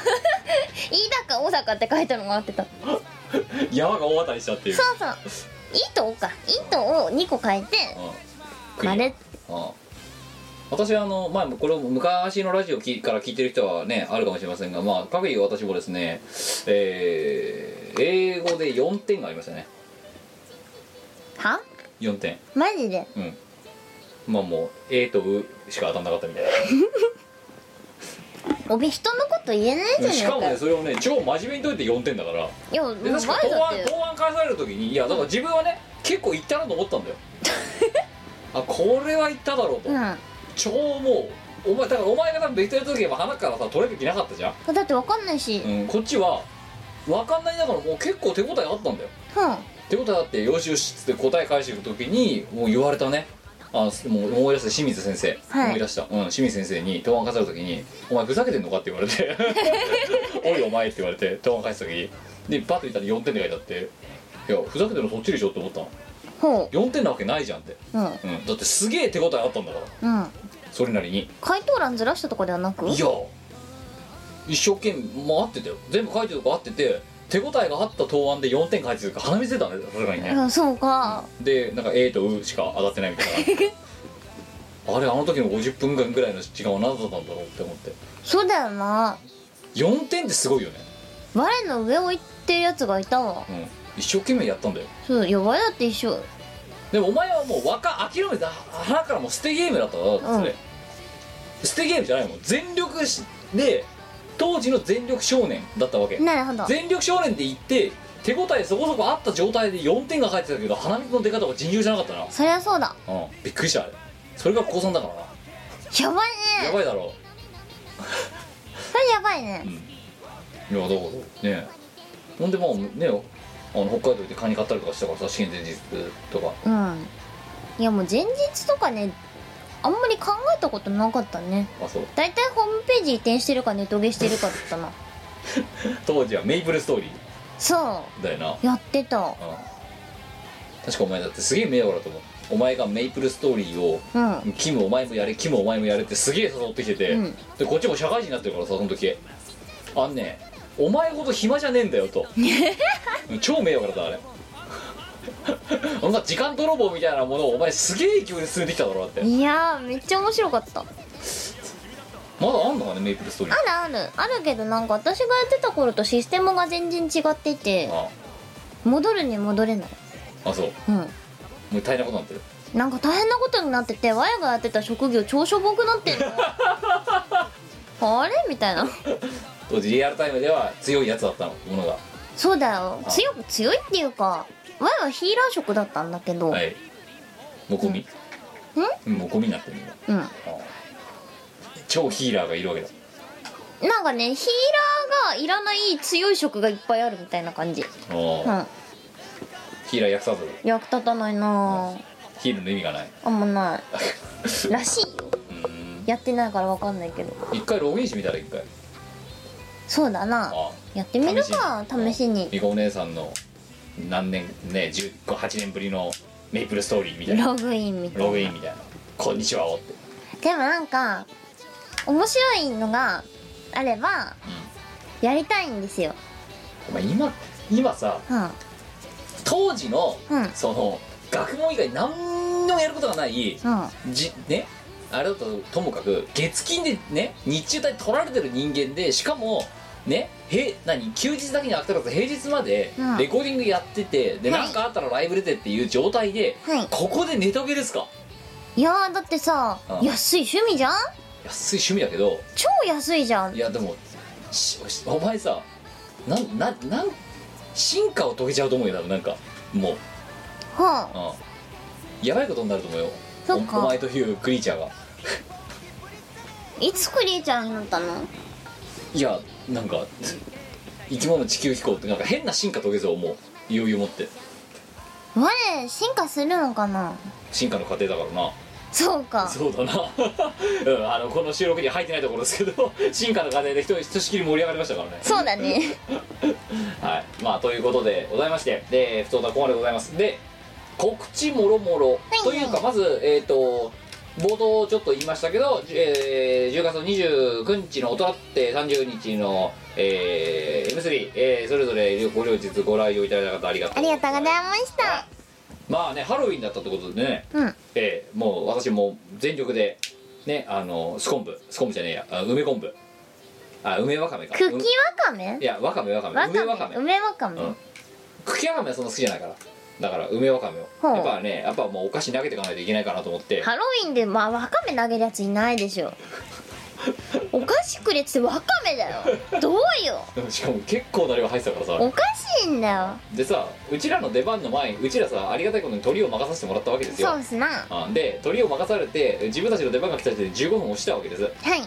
高大阪って書いたのが合ってた
山が大当たりしたっていう
そうそう「い」と「お」か「い」と「お」を2個変えて
うん
「まる
うん私あのまあこれ昔のラジオきから聞いてる人はねあるかもしれませんがまあ各位私もですねえー英語で4点がありましたね
は
4点
マジで
うんまあもう「え」と「う」しか当たんなかったみたいな
おめえ人のこと言えないじゃね
し
え
かも
か
ね
よ
それをね超真面目に解いて4点だから
いやもう
で
前だ
確か答
っ
案
て
答案返される時にいやだから自分はね結構いったなと思った んだよあこれはいっただろうと、
うん
超もうお前だからお前が多分ベクトルの時は鼻からさ取れる気なかったじゃん、
だってわかんないし
うん、こっちは分かんないながらもう結構手応えあったんだよ
うん
手応えあってよしよしっつって答え返していく時にもう言われたねあもう思い出した清水先生、
はい
思い出した、うん、清水先生に答案返された時に「お前ふざけてんのか?」って言われて 「おいお前」って言われて答案返した時にでパッと見たら4点で書いてあって「いやふざけてるのそっちでしょ」って思ったの
ほ
4点なわけないじゃんって、
ううん
うん、だってすげえ手応えあったんだから
うん
それなりに
回答欄ずらしたとかではなく
いや一生懸命もう合ってたよ全部書いてるとこ合ってて手応えがあった答案で4点書いてるから鼻水出たんだよさすがにね、
うんそうか
でなんか A と U しか当たってないみたいな あれあの時の50分間ぐらいの時間は何だったんだろうって思って
そうだよな
4点ってすごいよね、
我の上を行ってるやつがいたわ
うん、一生懸命やったんだよ
そういや我だって一緒
でもお前はもう若諦めた腹からもう捨てゲームだったからだってそれ、捨てゲームじゃないもん全力しで当時の全力少年だったわけ
なるほど
全力少年で行って手応えそこそこあった状態で4点が入ってたけど花火の出方が尋常じゃなかったな
そりゃそうだ
うんびっくりしたあれそれが高3だからな
やばい
や
ね
ばいだろ
それやばいね
ういやだからねえほんでまあねあの北海道でカニ買ったりとかしたからさ試験前日とか
うんいやもう前日とかねあんまり考えたことなかったね
あそう
だいたいホームページ移転してるかネトゲしてるかだったな
当時はメイプルストーリ
そ
ーだよな
うやってた
うん確かお前だってすげえ迷惑だと思うお前がメイプルストーリーを
うん
「キムお前もやれキムお前もやれ」ってすげえ誘ってきてて、
うん
でこっちも社会人になってるからさその時あんねお前ほど暇じゃねえんだよ と超迷惑だったあれ なんか時間泥棒みたいなものをお前すげえ勢いで進んできただろだって
いやーめっちゃ面白かった
まだあんのかねメイプルストーリー
あるあるあるけどなんか私がやってた頃とシステムが全然違ってて
あ
戻るに戻れない
あそう
うん
もう大変なことになってる
なんか大変なことになっててわやがやってた職業超しょぼくなってんのあれみたいな
当時リアルタイムでは強いやつだったのものが
そうだよ強く強いっていうかわやはヒーラー職だったんだけど、
はいもうゴミうんもうゴミになってるんだ
うん
超ヒーラーがいるわけだ
なんかねヒーラーがいらない強い職がいっぱいあるみたいな感じ
あ
う
ー
ん
ヒーラー役さず
役立たないな
ヒールの意味がない
あんまないらしいよ
うーん
やってないからわかんないけど
一回ログインしてみたら一回
そうだな
あ
やってみるか試しに
みこお姉さんの何年ね18年ぶりのメイプルストーリーみたいな
ログインみたいな
ログインみたいな「こんにちは」おって
でもなんか面白いのがあればやりたいんですよ
お前今今さ
うん
当時の、
うん
その学問以外何のやることがない
うん
じねあれだとともかく月金でね日中帯取られてる人間でしかもねへ何休日だけにあたらず平日まで
うん
レコーディングやってて、で
はい
何かあったらライブ出てっていう状態で、
はい
ここでネタゲですか
いやーだってさ
うん
安い趣味じゃん
安い趣味だけど
超安いじゃん
いやでもししお前さなんなんなん進化を遂げちゃうと思うよ多分なんかもう、
はあ
うん、やばいことになると思うよ
そっか
おお前というクリーチャーが
いつクリーチャーになったの
いやなんか生き物地球飛行ってなんか変な進化遂げそう思う余裕持って
我進化するのかな
進化の過程だからな
そうか
そうだな、 うん、あのこの収録には入ってないところですけど 進化の過程でひとひとしきり盛り上がりましたからね
そうだね
はいまあということでございましてで不当なここまでございますで告知もろもろ
い
というかまずえっ、と冒頭ちょっと言いましたけど、えー10月29日のおとらって30日の、えー M3、えーそれぞれご両日ご来場いただいた方ありがとう
ありがとうございました
まあねハロウィンだったってことでね、
うん
えーもう私も全力でねあのスコンブスコンブじゃねえやあ梅昆布あ梅わかめか
茎
う
わ
んい
かめ
やわかめわかめ
わ
梅わか
か
め
め梅わかめ
うん茎わかめはそんな好きじゃないからだから梅わかめを
ほう
やっぱねやっぱもうお菓子投げていかないといけないかなと思って
ハロウィンでまあわかめ投げるやついない でしょお菓子くれっつってわかめだよどうよ
しかも結構な量入ってたからさ
おかしいんだよ
でさうちらの出番の前にうちらさありがたいことに鳥を任させてもらったわけですよ
そうっすな
あで鳥を任されて自分たちの出番が来た時点で15分押したわけです、うん、
はい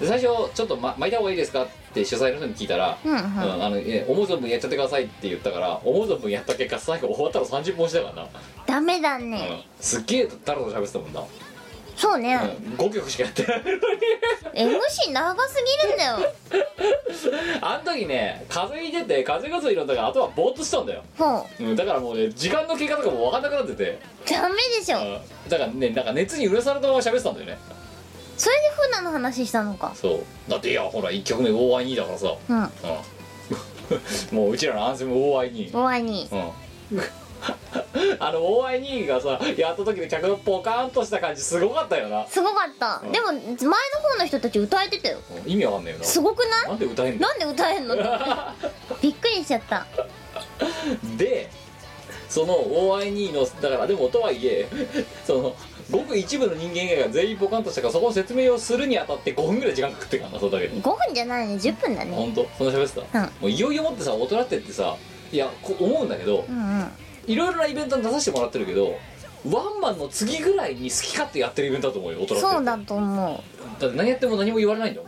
で最初ちょっと、ま、巻いた方がいいですかって主催の人に聞いたら、
うんう
うん
ん
あのいや思う存分やっちゃってくださいって言ったから思う存分やった結果最後終わったら30分押したから
ダメ
な、
だ
う
ね
ん、すっげえだらだら喋ってたもんな、
そうね
うん、5曲しかやってない
MC 長すぎるんだよ
あの時ね風邪ひいてて風がついたんだからあとはぼーっとしたんだよ、
も
うん、だからもうね時間の経過とかも分かんなくなってて、
うダメでし
う
ょ
ん、だからねなんか熱にうるされたまま喋ってたんだよね
それで普段の話したのか
そうだっていやほら1曲目 OI2 だからさ、
うん
うん、 もううちらのアンセム OI2
おわに
うん あの OI2 がさやった時の客のポカーンとした感じすごかったよな
すごかった
うん
でも前の方の人たち歌えてたよ
うん意味わかんないよな
すごくな
ないんで歌えんの
なんで歌え んのびっくりしちゃった
でその OI2 のだからでもとはいえ そのごく一部の人間以外が全員ポカンとしたからそこの説明をするにあたって5分ぐらい時間食ってからなそれだけで
5分じゃないね10分だね
本当そんな喋ってた、
うん
もういよいよもってさ大人ってってさいやこ思うんだけど
うんうん
いろいろなイベントに出させてもらってるけどワンマンの次ぐらいに好き勝手やってるイベントだと思うよ大人って
そうだと思
だって何やっても何も言われないんだよ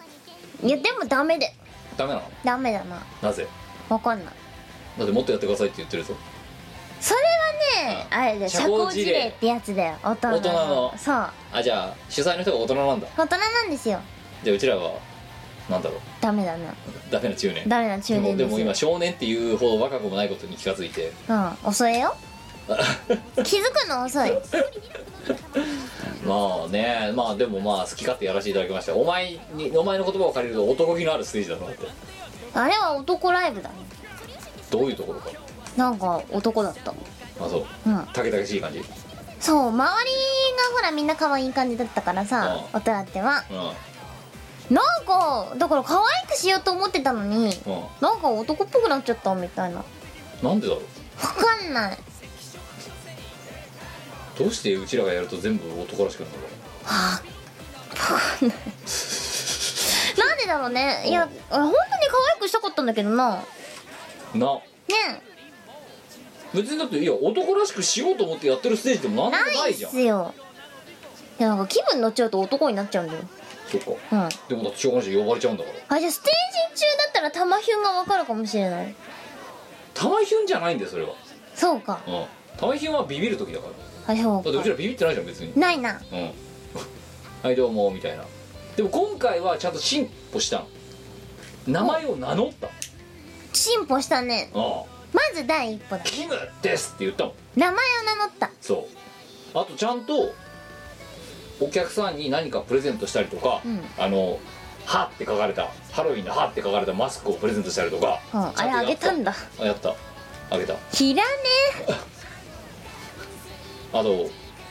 ういやでもダメで
ダメなの
ダメだな
なぜ
わかんない
だってもっとやってくださいって言ってるぞ
それはねあれで
社
社
交
交
辞
辞
令
令ってやつだよ大人の
大人の
そう
あじゃあ主催の人が大人なんだ
大人なんですよ
じゃあうちらはなんだろう
ダメだな
ダメな中年
ダメな中年
で
です
もでも
よ
今少年っていうほど若くもないことに気がついて
うん遅 いよ気づくの遅い
まあねまあでもまあ好き勝手やらせていただきましたお前にお前の言葉を借りると男気のあるステージだなって
あれは男ライブだね
どういうところか
なんか男だった
あそう
うん
たけたけしい感じうん
そう周りがほらみんな可愛い感じだったからさ
う
大人ってはなんかだから可愛くしようと思ってたのに
うん
なんか男っぽくなっちゃったみたいなわ
なんでだろう
かんない
どうしてうちらがやると全部男らしくなるのか
はあわかんないなんでだろうねいや本当に可愛くしたかったんだけどなね
なな別にだっていや男らしくしようと思ってやってるステージでも
え
なんでも
な
ない
っ
いじゃん
すよいやなんか気分乗っちゃうと男になっちゃうんだよ
そっか
うんあ
でもだってしょうがないし呼ばれちゃうんだから
じゃあステージ中だったら玉ヒュンがわかるかもしれない
たまひゅんじゃないんだよそれは
そうか
うんたまひゅんはビビる時だからだ
あそう
ってうち
から
ビビってないじゃん別に
ないな
うんはいどうもみたいなでも今回はちゃんと進歩したの名前を名乗った
進歩したね
ああ
まず第一歩だ
キムですって言ったもん
名前を名乗った
そうあとちゃんとお客さんに何かプレゼントしたりとか、
うん
あの「は」って書かれたハロウィンの「は」って書かれたマスクをプレゼントしたりとか、
うん
ちゃ
あれあ
とや
げ
った
んだ
あやったあげた
ひらね
あと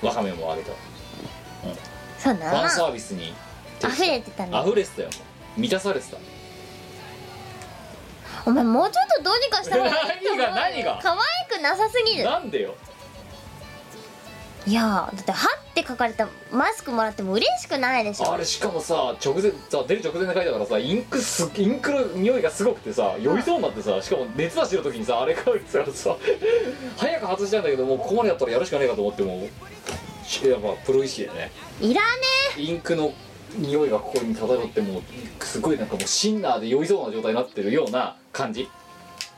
わかめもあげた
えそうだ
ファンサ
な
ービスに
溢れてたね
溢れてたよ満たされてた
お前もうちょっとどうにかした方がいいと思うよ
何が何が
可愛くなさすぎる
なんでよ
いやーだって「は」って書かれたマスクもらっても嬉しくないでしょ
あれしかもさ直前さ出る直前で書いたからさインクすインクの匂いがすごくてさ酔いそうになってさしかも熱出してる時にさあれ書いてたからさ 早く外したいんだけどもうここまでやったらやるしかねえかと思ってもうしやっぱプロ意識だよね
いらね
インクの匂いがここに漂ってもうすごいなんかもうシンナーで酔いそうな状態になってるような感じ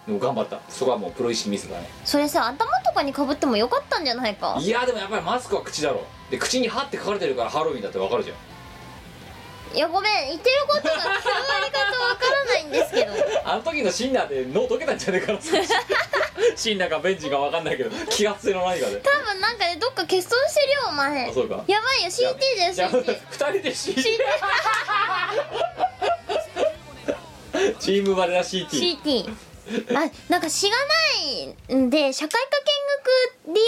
でも頑張ったそこはもうプロ意識ミスだね
えそれさ頭とかにかぶってもよかったんじゃないか
いやでもやっぱりマスクは口だろで口に「は」って書かれてるからハロウィンだってわかるじゃん
いやごめん言ってることが伝わり方わからないんですけど
あの時のシンナーで脳溶けたんじゃね えかなシンナーかベンチか分かんないけど気圧性の何かで
多分なんかねどっか欠損してるよお前
あそうか
やばいよ CT だよ
じゃあ
CT
2人で CT チームバレな CT
CT あなんか詩がないんで社会科見学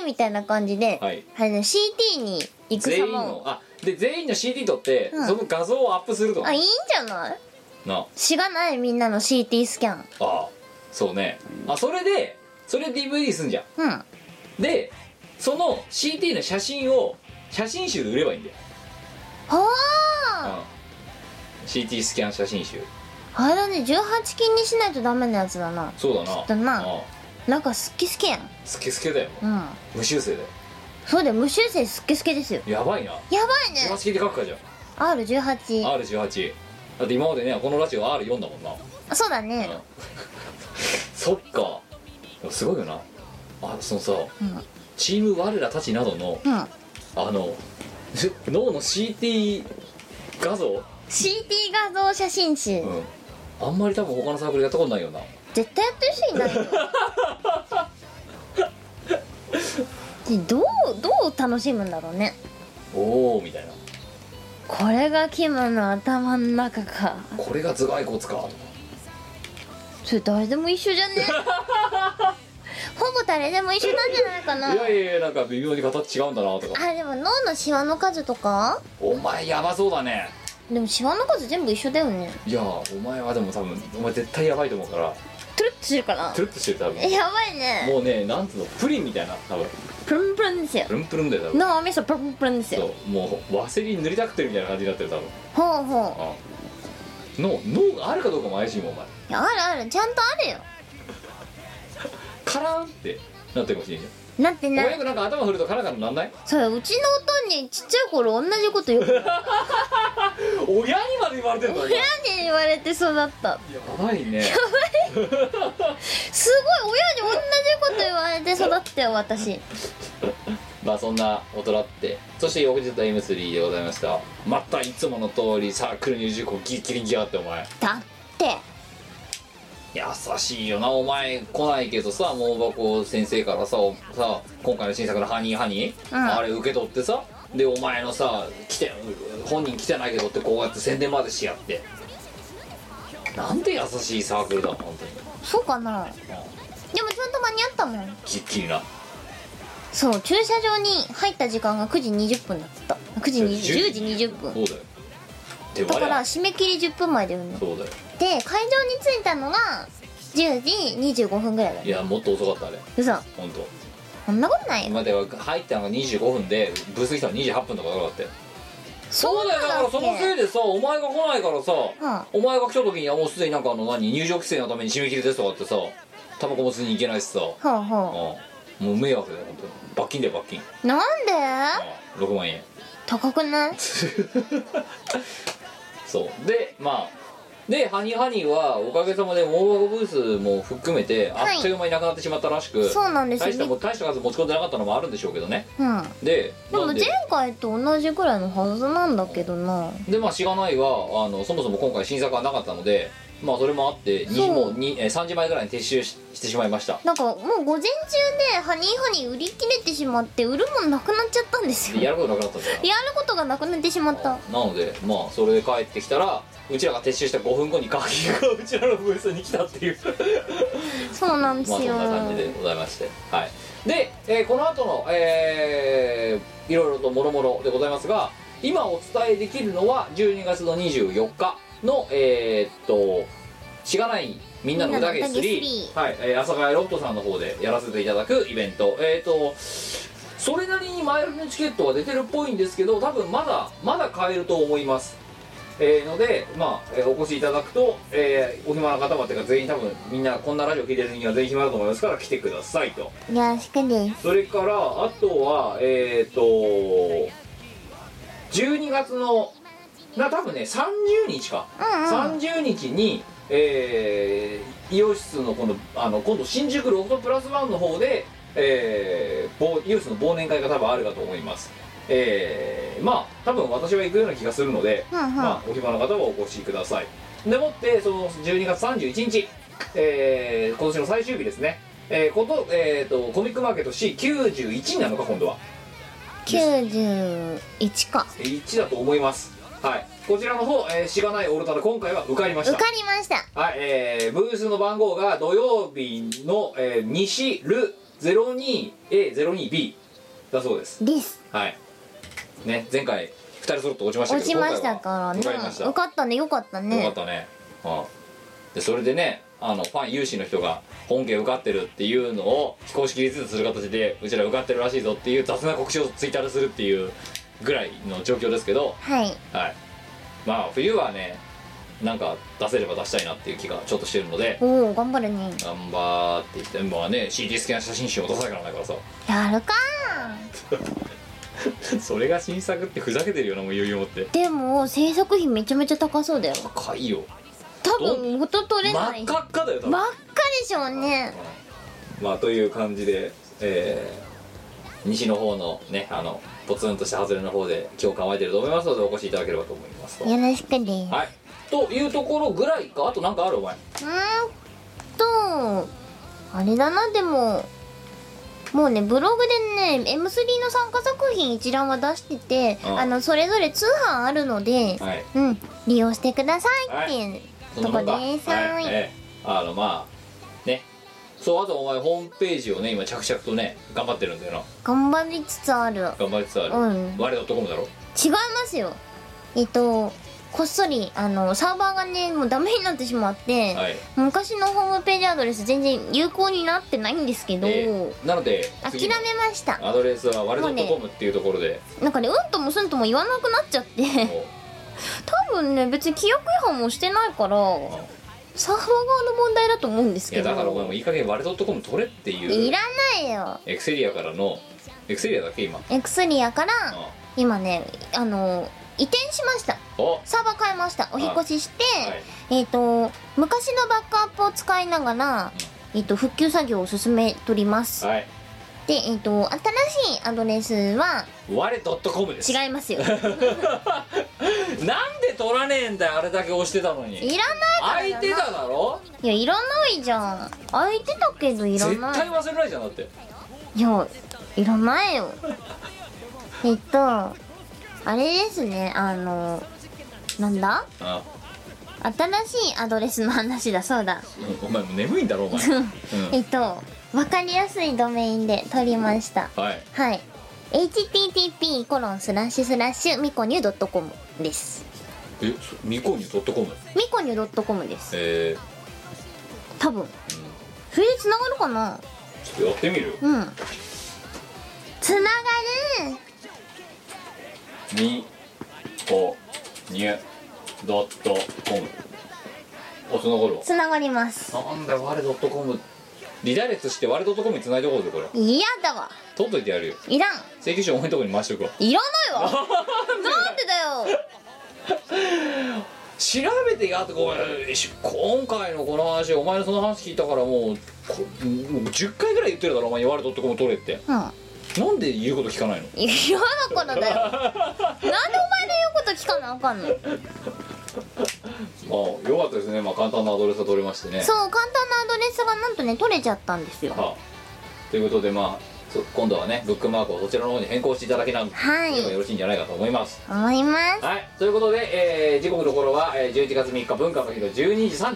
DVD みたいな感じで、
はい
あれね CT に行く
全員
様
の
を
あで全員の CT 撮って、
うん
その画像をアップすると
あ
ない
いんじゃない
あ
詩がないみんなの CT スキャン
あそうねあそれでそれ DVD すんじゃ
うん
んでその CT の写真を写真集で売ればいいんだよ、
ほ
う
ー
ん CT スキャン写真集
あれだね18禁にしないとダメなやつだな
そうだな
だな
ああ
なんかすっきすけやん
スケスケだよ
うん
無修正だよ
そうだよ無修正すっきすけですよ
やばいな
やばいね
18切り書くかじゃん
R18
R18 だって今までねこのラジオ R4 だもんな
あそうだね
そっかでもすごいよなあそのさ
うん
チーム我らたちなどの
うん CT
あの 脳の CT 画像、
画像写真集、
うん、あんまり多分他のサークルやったことないよな
絶対やってる人い ないよでどうどう楽しむんだろうね
おおみたいな
これがキムの頭の中か
これが頭蓋骨かとか
それ誰でも一緒じゃ ねほぼ誰でも一緒なんじゃないかない
やいやいやなんか微妙に形違うんだなとか
あでも脳のシワの数とか
お前やばそうだね
でもシワの数全部一緒だよね
いやお前はでも多分お前絶対やばいと思うから
トゥルッとしてるから
トゥルッとしてる多分
やばいね
もうねなんつうのプリンみたいな多分
プルンプルンですよ
プルンプルンだよ多分
脳みそプルンプルンですよ
そうもうワセリン塗りたくてるみたいな感じになってる多分
ほう
あ
ほ
脳脳があるかどうかも怪しいもんお前
ういやあるあるちゃんとあるよ
カラーンってなってるかもしれないじ
なって
ゃん
な
親
い
がなんか頭振るとカラカラなんない
それうちのおとんにちっちゃい頃同じことよく親
親にまで言われてるんだよ
に言われて育った
やばいね
すごい親に同じこと言われて育ったよ私
まあそんな大人ってそして翌日は M3 でございましたまたいつもの通りサークル入塾をギッキリギアってお前
だって
優しいよなお前来ないけどさ盲箱先生からさおさ今回の新作の「ハニーハニー」
うん
あれ受け取ってさでお前のさ来て本人来てないけどってこうやって宣伝までしやってなんて優しいサークルだ本当に
そうかなでもちゃんと間に合ったもん
ギッキリな
そう駐車場に入った時間が9時20分だった9時20 10時20分
そうだよで
だ
我
から
々
締め切り10分前だよね
そうだよ
で会場に着いたのが10時25分ぐらいだよ
いやもっと遅かったあれ
嘘
本当
そんなことないよ
今では入ったのが25分でブース来たの28分とかだからだって
そう
だよだからそのせいでさお前が来ないからさ、
ん
お前が来た時にはもうすでになんかあの何入場規制のために締め切りですとかってさタバコも吸いに行けないしさ、
ほうほ
うんもう迷惑だよ本当に罰金だよ罰金、
うなんで
うん、6万円
高くない
そうでまあでハニーハニーはおかげさまでモーバゴブースも含めてあ
はい
っという間になくなってしまったらしく、
そうなんです
大した
よ
も大した数持ち込んでなかったのもあるんでしょうけどね
うん
で
でも
なん
前回と同じぐらいのはずなんだけどな
でまあしがないはあのそもそも今回新作はなかったのでまあそれもあって2時
そう
もうにえー3時前ぐらいに撤収ししてしまいました
なんかもう午前中でハニーハニー売り切れてしまって売るもんなくなっちゃったんです
で
よや
やることなくなったんだよ
ることがなくなってしまった
なのでまあそれで帰ってきたらうちらが撤収した5分後に鍵がうちらのブースに来たって いう
そうなんです
まあそん
よ、
な感じでございましてはいで、えーこの後のえーいろいろともろもろでございますが今お伝えできるのは12月の24日のえーっとしがないみんなの宴
みんなの宴
3はい、えー、朝ヶ谷ロフトさんの方でやらせていただくイベントえーっとそれなりに前売りのチケットは出てるっぽいんですけど多分まだまだ買えると思いますえーので、まあえーお越しいただくと、えーお暇な方はっていうか全員多分みんなこんなラジオ聞いてるには全員暇だと思いますから来てくださいと
よろしくです
それからあとはえっ、と12月のな多分ね30日か、30日にえー、イオシスのこのあの今度新宿ロフトプラスワンの方で、えー忘イオシスの忘年会が多分あるかと思いますえーまあ多分私は行くような気がするので、まあ、お暇な方はお越しくださいでもってその12月31日、えー今年の最終日ですね、えーことえー、とコミックマーケット C91 になるのか今度は
91か
1だと思いますはいこちらの方、えー、しがないオルタで今回は受かりました
受かりました
はいえー、ブースの番号が土曜日の、えー、西ル 02A02B だそうです
です
はいね前回2人揃って落ちましたけ
落
ど
ちましたからね
今回は受かりました
受かったねよかった
よかっ
ね
たね、うん、でそれでねあのファン有志の人が本家受かってるっていうのを非公式リツイートする形でうちら受かってるらしいぞっていう雑な告知をツイッターでするっていうぐらいの状況ですけど、
はい
はい、まあ冬はねなんか出せれば出したいなっていう気がちょっとしてるので
おお頑張るね
頑張っていきたいまあね CD スキャン写真集も出さなきゃならないからさ
やるか
それが新作ってふざけてるよなもう余裕持って
でも制作費めちゃめちゃ高そうだよ
高いよ
多分元取れな
真
い
っ
真っ
赤っかだよ多分
赤でしょうね
まあという感じで、えー西の方のねあのポツンとした外れの方で今日構えてると思いますのでお越しいただければと思いますと、
よろしくです
はいというところぐらいかあとなんかあるお前
うーんとあれだなでももうねブログでね M3 の参加作品一覧は出してて
うん
あのそれぞれ通販あるので、
はい
うん利用してくださいっていう、
そんなもんか
とこですはい
ええあのまあねそうあとお前ホームページをね今着々とね頑張ってるんだよな
頑張りつつある
頑張りつつある、
うん
我ドットコムだろ
違いますよえっとこっそりあのサーバーがねもうダメになってしまって、
はい、
昔のホームページアドレス全然有効になってないんですけど、
ええなので
諦
次
め
の
ました
アドレスは我ドットコムっていうところで
なんかねうんともすんとも言わな くなっちゃって
もう
多分ね別に規約違反もしてないからサーバー側の問題だと思うんです
い
け
や
ど
だからお前もいい加減割れドットコム取れってい
いうらないよ
エクセリアからのエクセリアだっけ今
エクスリアから
あ
今ねあの移転しました
あは
サーバー変えましたお引っ越しして、
い
えっ、と昔のバックアップを使いながら、えっと復旧作業を進めとります、
はい
でえっ、と新しいアドレスは
我ドットコムです
違 いますよい
なんで取らねえんだよあれだけ押してたのに
ら
空いてただろ
ないいやいらないじゃん空いてたけどいら
絶
な
対
い
忘れないじゃんだって
いやいらないよえっとあれですねあのなんだ
あ
新しいアドレスの話だそうだ
お前もう眠いんだろお 前、うん
えっとわかりやすいドメインで取りました
はい
はい http コロンスラッシュスラッシュミコニュ .com です
えそミコニュドットコム
ミコニュ .com です
え
多分それで繋がるか
ー、
な
ちょっとやってみる
うん繋がる
ミコニュドットコムあ繋がる
繋がります
わなんだよ我ドットコムリダイレクトして我ドットコムに繋いでおこうぜこれ
嫌だわ
取っといてやるよ
いらん
請求書お前のとこに回しておくわ
いらないわ なんでだよ
調べてやってこれし今回のこの話お前のその話聞いたからもうこもう10回ぐらい言ってるだろお前言われとってこも取れって
う
なんで言うこと聞かないの
ん嫌だから だよなんでお前の言うこと聞かなあかんの
まあよかったですねまあ簡単なアドレスが取れましてね
そう簡単なアドレスがなんとね取れちゃったんですよ
はあということでまあそ今度はねブックマークをそちらの方に変更していただけな
は
ければ
い
よろしいんじゃないかと思います
思います
はいということで、えー時刻の頃は、えー11月3日文化の日の12時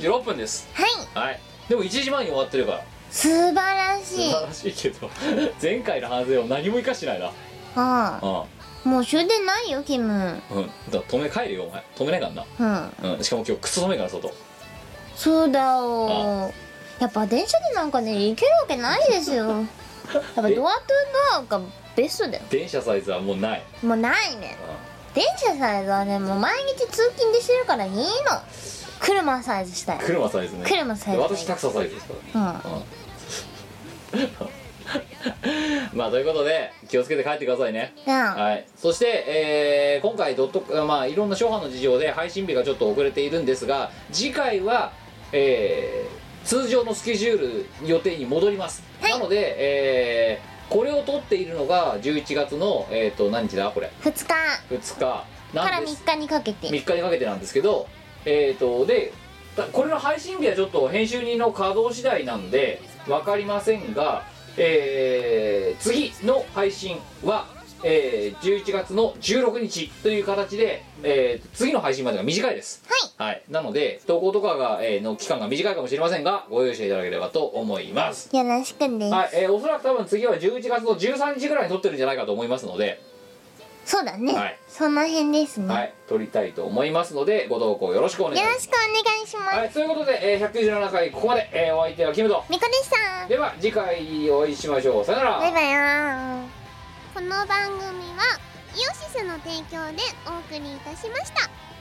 36分です
はい
はいでも1時前に終わってるから
素晴らし
素
い
晴らしいけど 前回の反省を何も生かしてないな
あ
うん
あもう終電ないよキム
うん、だから止め帰るよお前止めないから
うん
な、うん、しかも今日クソ寒いから外
そうだよやっぱ電車でなんかね行けるわけないです よやっぱドアトゥドアがベストだよ
電車サイズはもうない、
もうないね
う
電車サイズはねもう毎日通勤でしてるからいいの車サイズしたい
ん、車サイズね
車サイズ
で私タクササイズですからね
うんは
うんまあということで気をつけて帰ってくださいね
い
はいそして、えー今回ドットまあいろんな初版の事情で配信日がちょっと遅れているんですが次回はえー通常のスケジュール予定に戻ります、なのでえーこれを撮っているのが11月の、えー、と何日だこれ
2日か
2日な
ら
んです
3日にかけて
3日にかけてなんですけどえっ、とでたこれの配信日はちょっと編集人の稼働次第なんで分かりませんが、えー次の配信は、えー11月の16日という形で、えー次の配信までが短いですはい、なので投稿とかが、えーの期間が短いかもしれませんがご容赦いただければと思います
よろしくね
はい、えーおそらく多分次は11月の13日ぐらいに撮ってるんじゃないかと思いますので、
そうだね、
はい
その辺ですね、
はい、撮りたいと思いますのでご投稿よろしくお願いし
よ
ます
ろしくお願いします、
はい、ということで、えー、197回ここまで、えーお相手はキムと
みこでした
では次回お会いしましょうさよなら
バイバイー
この番組はイオシスの提供でお送りいたしました